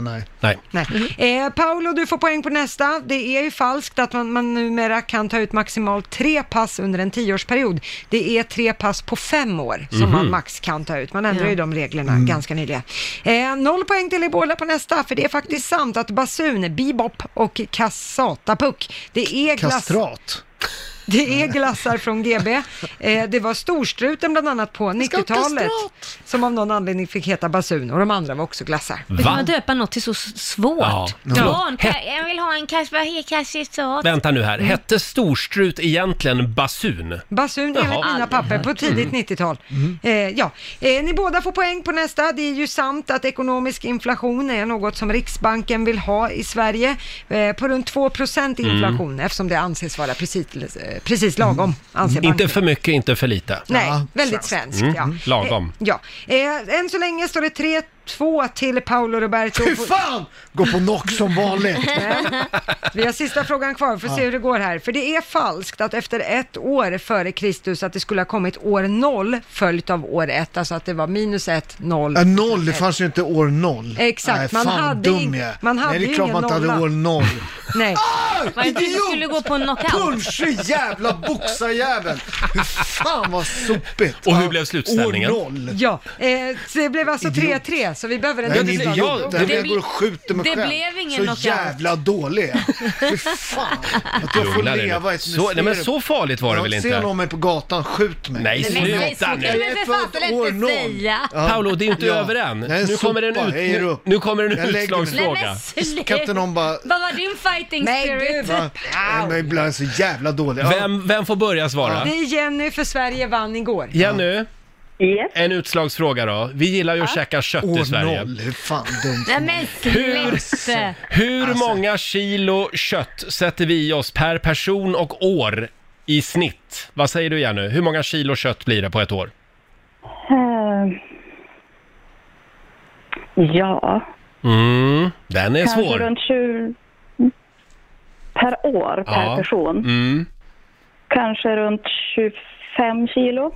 nej.
Nej.
Nej. Eh, Paolo, du får poäng på nästa. Det är ju falskt att man, man numera kan ta ut maximalt tre pass under en tioårsperiod. Det är tre pass på fem år som man max kan ta ut. Man ändrade ju de reglerna ganska nyligen. Eh, noll poäng till er båda på nästa, för det är faktiskt sant att basun, bebop och kassatapuck, det är glass...
Kastrat.
Det är glassar från GB. Eh, det var storstruten bland annat på 90-talet som av någon anledning fick heta basun och de andra var också glassar.
Då kan man
Va?
döpa något till så s- svårt?
Ja.
Barn, ka- jag vill ha en kass, vad är kassisat?
Vänta nu här. Hette storstrut egentligen basun?
Basun
Jaha. Mm.
enligt mina
Aldrig
papper på tidigt 90-tal. Eh, ja. eh, ni båda får poäng på nästa. Det är ju sant att ekonomisk inflation är något som Riksbanken vill ha i Sverige. Eh, på runt 2
Mm.
inflation eftersom det anses vara precis, eh, precis lagom, anser banken.
Inte för mycket, inte för lite.
Nej,
Ja,
väldigt svenskt. Ja.
lagom.
Eh, ja. Eh, än så länge står det 3-2 till Paolo Roberto.
Fy fan! Gå på knock som vanligt.
Vi har sista frågan kvar, får se hur det går här. För det är falskt att efter ett år före Kristus att det skulle ha kommit år noll följt av år ett, alltså att det var minus ett, noll.
Ja, Äh, noll, det fanns ju inte år noll.
Exakt,
Nej,
man
fan,
hade
dum
ing-
jag är.
man hade
Nej, det
ju
är klart
ingen
man inte hade
nolla.
år noll.
Nej,
Var det inte att du skulle gå på en knockout?
Punschig jävla boxarjävel! Hur fan vad sopigt!
Och hur
Ja,
blev slutställningen?
År noll.
ja. Eh, så det blev alltså 3-3, så vi behöver en
Nej,
det-
det,
ny
inte
fråga.
ja,
jag,
det
det,
blev-
jag går och skjuter mig
det
själv.
blev ingen
så
knockout.
jävla dålig är jag. Fy fan. Att jag får
Lugna dig
leva
nu.
ett
Så, nej, men så farligt var det väl
Ser
inte?
någon mig på gatan, skjut mig.
Nej,
Nej,
sluta
nej, så kan
nu.
du väl för
Ett
fasen
år
inte
noll.
säga?
Ja.
Paolo, det är ju inte
Ja.
över än.
Nej,
Nu kommer, en
sopa,
ut,
hej
nu,
då.
nu kommer en
Jag lägger mig.
Nej
utslagsfråga.
men sluta.
Kan inte någon bara...
Vad var din fighting
Nej,
spirit?
du-
Va? Nej, Äh, men ibland är jag så jävla dålig. Ja.
Vem, vem får börja svara?
Det är Jenny för Sverige vann igår.
Jenny,
Yes.
en utslagsfråga då. Vi gillar ju att käka kött i
År
Sverige.
noll, hur fan dumt.
Nej men släpp!
Hur
Alltså-
många kilo kött sätter vi i oss per person och år i snitt? Vad säger du Jenny? Hur många kilo kött blir det på ett år?
Eh, ja,
Mm, den är
kanske
svår.
runt 20 per år
Ja.
per person.
Mm.
Kanske runt 25 kilo.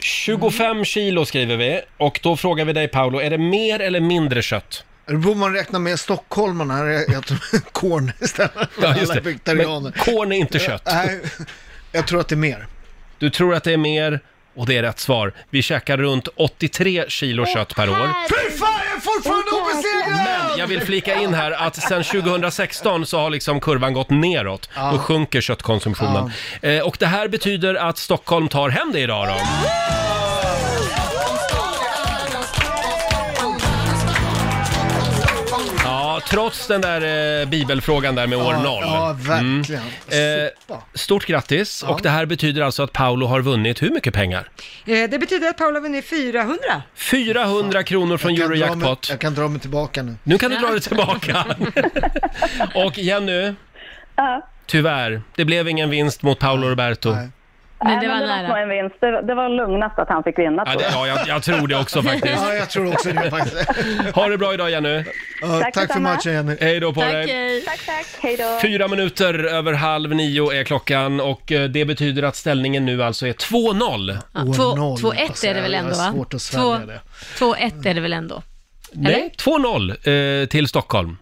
25 kilo skriver vi och då frågar vi dig Paolo, är det mer eller mindre kött?
Det borde man räkna med stockholmarna, här äter de korn istället för
Ja, just det.
alla
Men
vegetarianer.
korn är
Äh,
inte kött.
Nej, jag tror att det är mer.
Du tror att det är mer och det är rätt svar. Vi käkar runt 83 kilo kött per år.
Fy fan, jag är fortfarande
Men
obesegrad!
jag vill flika in här att sedan 2016 så har liksom kurvan gått neråt. Då sjunker köttkonsumtionen. Eh, och det här betyder att Stockholm tar hem det idag då. Ja, trots den där eh, bibelfrågan där med år noll.
Ja, verkligen.
Eh,
Sopa.
stort grattis! Och det här betyder alltså att Paolo har vunnit hur mycket pengar?
Eh, det betyder att Paula vunnit 400.
400 kronor från
Jag kan dra mig-
Eurojackpot.
Jag kan dra mig tillbaka nu.
Nu kan du dra det tillbaka. Och Jenny,
Ja.
tyvärr, det blev ingen vinst mot Paolo Roberto.
Nej.
Men det
Nej,
var
men det var nog
nära.
en vinst. Det, det var lugnast att han fick vinna.
Ja,
tror
det,
jag.
ja jag, jag tror det också faktiskt.
Ja, jag tror också det faktiskt.
Ha det bra idag Jenny.
Ja,
Tack
tack för
detsamma.
matchen Jenny.
Hej då på
Tack
dig.
hej.
Tack, tack. Hej då.
Fyra minuter över halv nio är klockan och eh, det betyder att ställningen nu alltså är 2-0.
Ja, två-
År noll, Alltså,
2-1 är det väl
jag har
ändå va?
svårt att
Två-
svälja det.
2-1 är det väl ändå?
Nej, 2-0 eh, till Stockholm.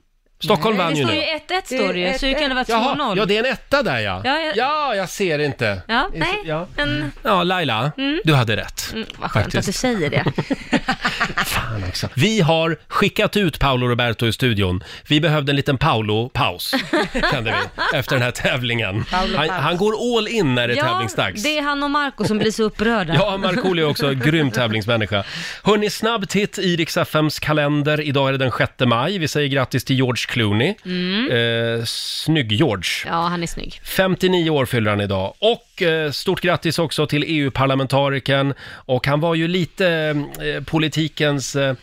Stockholm vann
Det
ju
står ju
nu.
1-1 står det ju, så hur kan det vara
Jaha, ja
2-0?
det är en etta där ja.
Ja, jag-
Ja, jag ser inte.
Ja,
Är-
nej.
Ja.
Men,
Ja, Laila, du hade rätt.
mm, vad skönt
Faktiskt.
att du säger det.
Fan också. Vi har skickat ut Paolo Roberto i studion. Vi behövde en liten Paolo-paus, kände vi, efter den här tävlingen. Han, han går all in när det är tävlingsdags.
det är han och Marco som blir så upprörda.
Ja, Markoolio är också en grym tävlingsmänniska. Hörni, snabb titt i Rix FMs kalender. Idag är det den 6 maj. Vi säger grattis till George Clooney.
Mm.
Eh, snygg George.
Ja, han är snygg.
59 år fyller han idag. Och eh, stort grattis också till E EU-parlamentarikern. Och han var ju lite eh, politikens... Eh,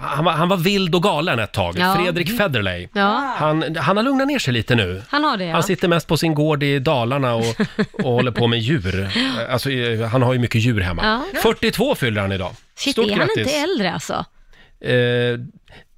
Han var, han var vild och galen ett tag,
Ja. Mm.
Fredrik Federley.
Ja,
Han, han har lugnat ner sig lite nu.
han har det ja.
Han sitter mest på sin gård i Dalarna och, och håller på med djur. Alltså, eh, han har ju mycket djur hemma. 42 fyller han idag.
Shit,
Stort
är han
grattis.
inte äldre alltså?
Eh,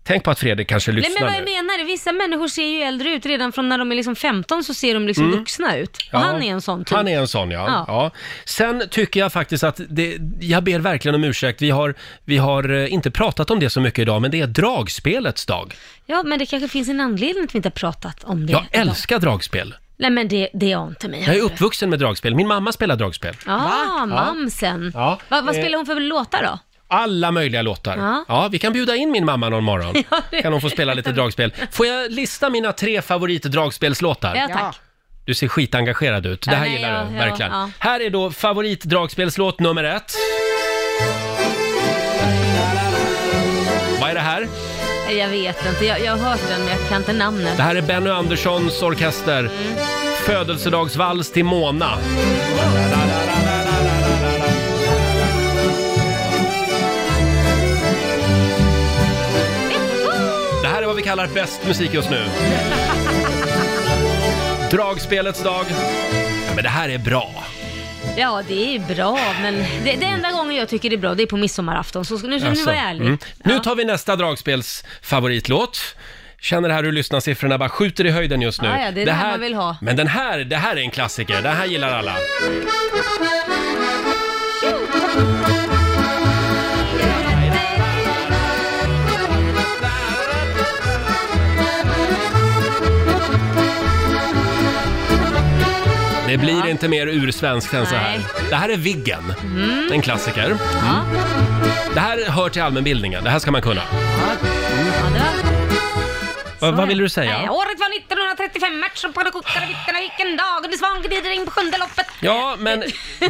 tänk på att Fredrik kanske
Nej men
lyssnar
vad jag
nu.
menar, vissa människor ser ju äldre ut redan från när de är liksom 15 så ser de liksom vuxna ut. Och
Mm. Ja.
han är en sån typ.
Han är en sån, ja. ja.
Ja.
Sen tycker jag faktiskt att det, jag ber verkligen om ursäkt. Vi har, vi har eh, inte pratat om det så mycket idag, men det är dragspelets dag.
Ja men det kanske finns en anledning att vi inte har pratat om det.
Jag
idag.
älskar dragspel.
Nej men det, det ante mig.
Jag är uppvuxen med dragspel. Min mamma spelar dragspel.
Ah, mamsen.
Ja.
Va, vad
Eh.
spelar hon för låtar då?
Alla möjliga låtar. Ja.
Ja.
vi kan bjuda in min mamma någon morgon. Kan hon få spela lite dragspel. Får jag lista mina tre favoritdragspelslåtar?
Ja tack.
Du ser skitengagerad ut. Det
Ja,
här
nej,
gillar
ja,
du,
ja,
verkligen.
ja.
Här är då favoritdragspelslåt nummer ett. Vad är det här?
Nej, Jag vet inte, jag, jag har hört den men jag kan inte namnet.
Det här är Benny Anderssons orkester. Födelsedagsvals till Mona. Det här är vad vi kallar bäst musik just nu. Dragspelets dag. Ja, men det här är bra.
Ja det är bra men det, det enda gången jag tycker det är bra det är på midsommarafton. Så ska- nu, nu
Alltså,
var jag ärlig.
mm. Nu
Ja.
tar vi nästa dragspelsfavoritlåt. Känner här hur lyssnarsiffrorna bara skjuter i höjden just nu.
Ja, ja, det är det här man vill ha.
Men den här, det här är en klassiker. Den här gillar alla. Det blir inte mer ursvenskt än så här.
Nej.
Det här är Viggen, en klassiker. Mm. Det här hör till allmänbildningen, det här ska man kunna.
Ja, det var...
Va,
Så
vad
är
vill
det.
du säga?
Nej, året var 1935, matchen på de kokade vitterna, vilken dag, det svan glider in på sjunde loppet.
Ja, men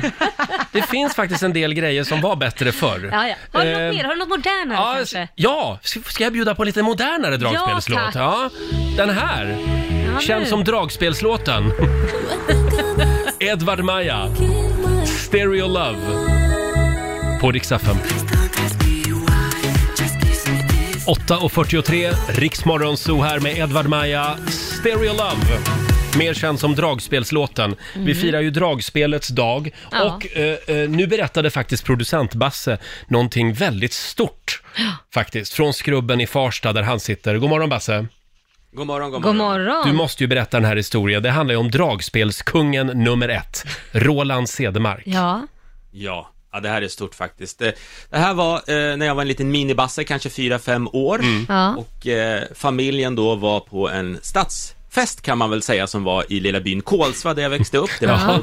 det finns faktiskt en del grejer som var bättre förr.
Ja, ja. Har du
Eh,
något mer? Har du något modernare
ja,
kanske?
Ja, ska ska jag bjuda på lite modernare dragspelslåt?
tack.
Ja, den här
Ja,
känns
nu.
som dragspelslåten. Edvard Maja, Stereo Love på Rix FM. 8.43, Riksmorgon Zoo här med Edvard Maja, Stereo Love. Mer känd som dragspelslåten. Vi firar ju dragspelets dag
Mm. Ja.
och eh, eh, nu berättade faktiskt producent Basse någonting väldigt stort faktiskt från Skrubben i Farsta där han sitter. God morgon Basse!
God morgon, god
God
morgon.
morgon.
Du måste ju berätta den här historien. Det handlar ju om dragspelskungen nummer ett, Roland Cedermark.
Ja.
Ja. ja, det här är stort faktiskt. Det det här var eh, när jag var en liten minibasse, kanske 4-5 år.
Ja.
Och eh, familjen då var på en stadsfest kan man väl säga som var i lilla byn Kolsva där jag växte upp. Det var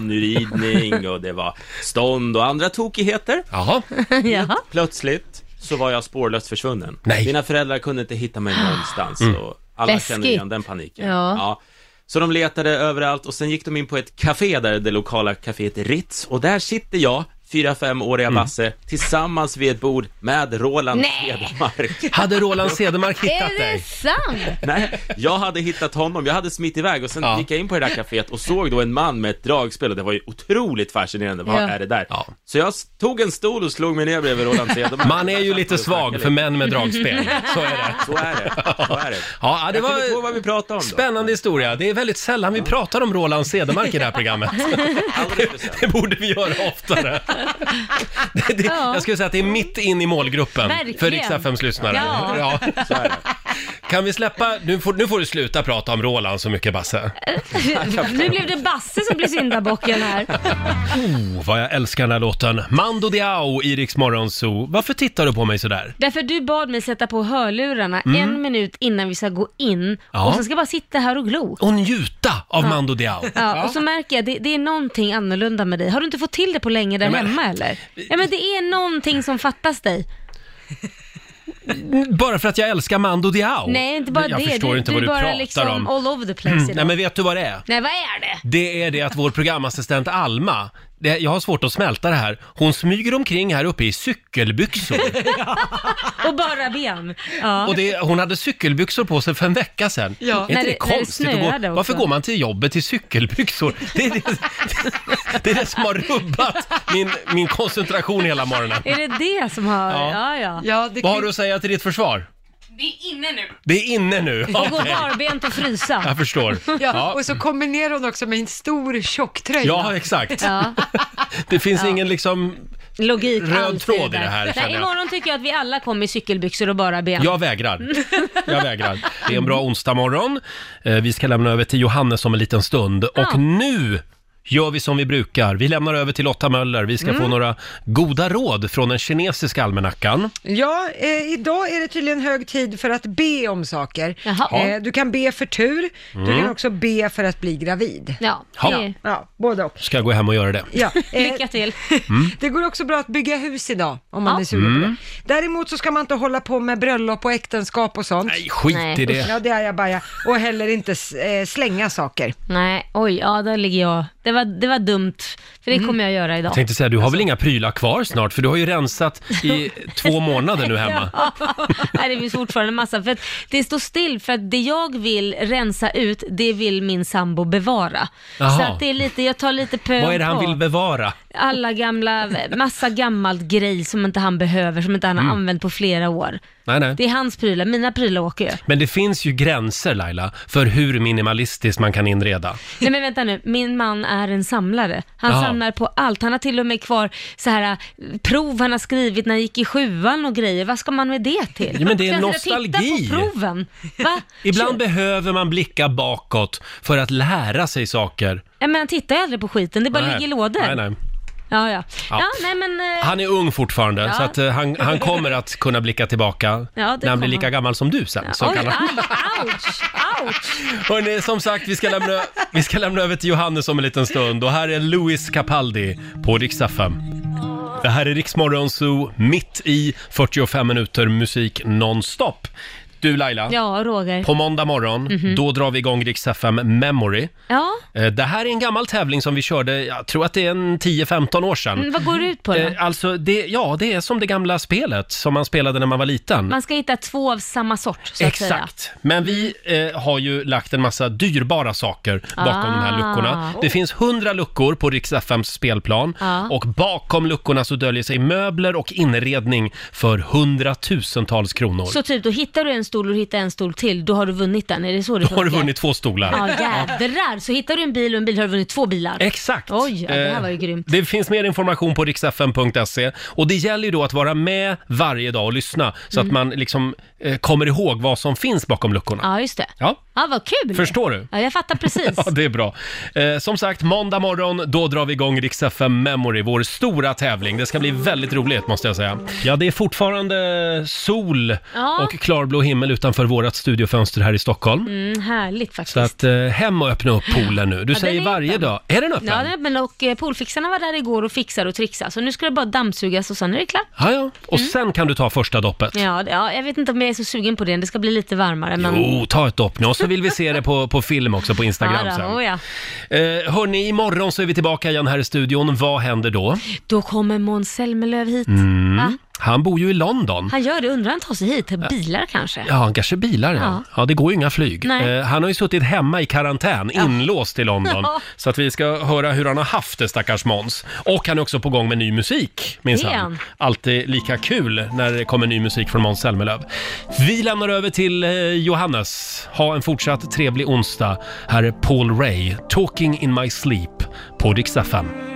ponnyridning och det var stånd och andra tokigheter.
Jaha,
Jaha.
Plötsligt så var jag spårlöst försvunnen.
Nej.
Mina föräldrar kunde inte hitta mig någonstans och alla
Läskigt.
kände igen den paniken.
Ja.
Så de letade överallt och sen gick de in på ett café där, det lokala caféet Ritz och där sitter jag, fyra femåriga Basse, tillsammans vid ett bord med Roland Hedmark.
hade Roland Cedermark hittat
Är det
dig?
sant?
Nej, jag hade hittat honom, jag hade smitt iväg och sen
Ja.
gick jag in på det där caféet och såg då en man med ett dragspel och det var ju otroligt fascinerande, vad
Ja.
är det där?
Ja.
Så jag s- tog en stol och slog mig ner bredvid Roland Cedermark.
Man är ju lite
Och snackade
svag för män med dragspel, så är det.
Så är det, så är det.
Ja, det
Jag kommer inte ihåg
var
vad vi pratade om då.
spännande historia. Det är väldigt sällan vi pratar om Roland Cedermark i det här programmet.
Alldeles för sent.
Det borde vi göra oftare. Det, det,
Ja.
jag skulle säga att det är mitt in i målgruppen för
Verkligen.
Rix FMs lyssnare.
Ja.
Så är det.
Kan vi släppa, nu får, nu får du sluta prata om Roland så mycket Basse.
Nu blev det Basse som blev syndabocken här. Mm.
Oh, vad jag älskar den här låten. Mando Diao i Rix Morgon Zoo. Varför tittar du på mig sådär?
Därför du bad mig sätta på hörlurarna en minut innan vi ska gå in
Mm. Ja.
och sen ska jag bara sitta här och glo.
Och njuta av Mando Diao.
Ja, och så märker jag, det, det är någonting annorlunda med dig. Har du inte fått till det på länge där
Ja, men-
hemma eller? Ja men det är någonting som fattas dig.
Mm. Bara för att jag älskar Mando Diao.
Nej, inte bara
jag
det.
Jag förstår inte
du
vad du
är bara
pratar
liksom
om. Mm.
all over the place idag.
Nej men vet du vad det är?
Nej, vad är det?
Det är det att vår programassistent Alma det, jag har svårt att smälta det här. Hon smyger omkring här uppe i cykelbyxor.
Och bara ben. Ja.
Och det, hon hade cykelbyxor på sig för en vecka sedan.
Ja.
Är inte det,
När det- när det
konstigt? att
snöade
gå,
också.
varför går man till jobbet i cykelbyxor? Det är det, det, är det som har rubbat min, min koncentration hela morgonen.
Är det det som har...
Ja.
Ja, ja. ja.
Ja, det
Vad har du att säga till ditt försvar? Det är inne nu. Det är
Och
inne nu?
gå
Okej,
barbent och frysa.
jag förstår.
Ja, och så kombinerar hon också med en stor tjocktröja.
Ja, exakt.
Ja.
Det finns ingen liksom...
Logik
Röd
alltid
tråd i
där.
det här, känner
Nej,
jag.
imorgon tycker jag att vi alla kommer i cykelbyxor och bara ben.
Jag vägrar. Jag vägrar. Det är en bra onsdag morgon. Eh, Vi ska lämna över till Johannes om en liten stund.
Ja.
Och nu gör vi som vi brukar. Vi lämnar över till Lotta Möller. Vi
Mm.
ska få några goda råd från den kinesiska almanackan.
Ja, eh, idag är det tydligen hög tid för att be om saker.
Jaha.
Eh, du kan be för tur, du kan också be för att bli gravid.
Ja,
Ja.
det-
Ja, både och.
Ska jag gå hem och göra det.
Ja, eh,
Lycka till.
Mm.
det går också bra att bygga hus idag om man
Ja.
är sugen på det. Däremot så ska man inte hålla på med bröllop och äktenskap och sånt.
Nej, skit
Nej.
i det.
Ja, det är jag bara. Och heller inte s- eh, slänga saker.
Nej, oj, ja där ligger jag. Det var, det var dumt, för det
Mm.
kommer jag göra idag.
Jag tänkte säga, du har väl inga prylar kvar snart? För du har ju rensat i två månader nu hemma.
Ja. Nej, det finns fortfarande massa. För att det står still, för att det jag vill rensa ut, det vill min sambo bevara.
Jaha.
Så att det är lite, jag tar lite pö
Vad är det
om
han
pö.
vill bevara?
Alla gamla, massa gammalt grej som inte han behöver, som inte han har
Mm.
använt på flera år.
Nej, nej.
Det är hans prylar, mina prylar åker ju.
Men det finns ju gränser, Laila, för hur minimalistiskt man kan inreda.
Nej men vänta nu, min man är en samlare. Han
Jaha.
samlar på allt. Han har till och med kvar så här eh, prov han har skrivit när han gick i sjuan och grejer. Vad ska man med det till?
Ja, men det är
Ska jag
nostalgi.
Titta på proven. Va?
Ibland behöver man blicka bakåt för att lära sig saker.
Ja, men han tittar ju aldrig på skiten, det bara ligger i lådor.
Nej, nej.
Ja, ja.
Ja.
ja. nej men... eh,
Han är ung fortfarande,
Ja.
så att, eh, han, han kommer att kunna blicka tillbaka
det
när han
kommer
blir lika
han.
gammal som du sen. Så
Oj,
kan han...
aj, ouch, ouch.
Hörrni, som sagt, vi ska, lämna, vi ska lämna över till Johannes om en liten stund. Och här är Louis Capaldi på riksdag Det här är Riksmorgon Zoo, mitt i 45 minuter musik nonstop. Du Laila,
Ja, Mhm. Roger.
på måndag morgon, då drar vi igång riksdag Memory.
Ja,
Eh, Det här är en gammal tävling som vi körde, jag tror att det är en 10-15 år sedan.
mm, vad går det ut på då?
Eh, Alltså, det, ja, det är som det gamla spelet som man spelade när man var liten.
Man ska hitta två av samma sort, så att säga.
Exakt, men vi eh, har ju lagt en massa dyrbara saker bakom
Ah.
de här luckorna. Det finns hundra luckor på Rix FMs spelplan
Ja.
och bakom luckorna så döljer sig möbler och inredning för hundratusentals kronor.
Så typ, då hittar du en stol och du hittar en stol till, då har du vunnit den. Är det så det
Då har du
funkar?
vunnit två stolar.
Ja, jädrar. Så hittar du en bil och en bil har du vunnit två bilar.
Exakt.
Oj, ja, det här
Eh,
var ju grymt.
Det finns mer information på riksfn.se och det gäller ju då att vara med varje dag och lyssna så
Mm.
att man liksom eh, kommer ihåg vad som finns bakom luckorna.
Ja, just det.
Ja,
Ja, vad kul.
förstår du?
Ja, jag fattar precis.
Ja, det är bra. Eh, som sagt, måndag morgon, då drar vi igång Rix FM Memory, vår stora tävling. Det ska bli väldigt roligt, måste jag säga. Ja, det är fortfarande sol
Ja.
och klarblå himmel utanför vårt studiofönster här i Stockholm.
Mm, härligt faktiskt.
Så att, eh, hem och öppna upp poolen nu. Du
Ja,
säger
den är
varje
öppen.
dag. Är den öppen?
Ja, det- men och eh, poolfixarna var där igår och fixade och trixade, så nu ska det bara dammsugas och sen är det klart.
Ja, ja. Och sen kan du ta första doppet.
Mm. Ja, det- ja, jag vet inte om jag är så sugen på det, det ska bli lite varmare. Men...
Jo, ta ett dopp nu. Och så vill vi se det på, på film också på Instagram
ja,
sen.
då, oh, ja.
Eh, hörni, imorgon så är vi tillbaka igen här i studion. Vad händer då?
då kommer Måns Zelmerlöw hit.
Mm.
Va?
Han bor ju i London.
Han gör det, undrar han tar sig hit? Bilar kanske?
Ja, han kanske bilar ja. ja.
Ja.
det går ju inga flyg.
Nej.
Eh, han har ju suttit hemma i karantän, inlåst i London.
Ja.
Så att vi ska höra hur han har haft det, stackars Måns. Och han är också på gång med ny musik,
Det är
minsann.
han.
Alltid lika kul när det kommer ny musik från Måns Zelmerlöw. Vi lämnar över till eh, Johannes. Ha en fortsatt trevlig onsdag. Här är Paul Ray, Talking in my sleep, på Dix FM.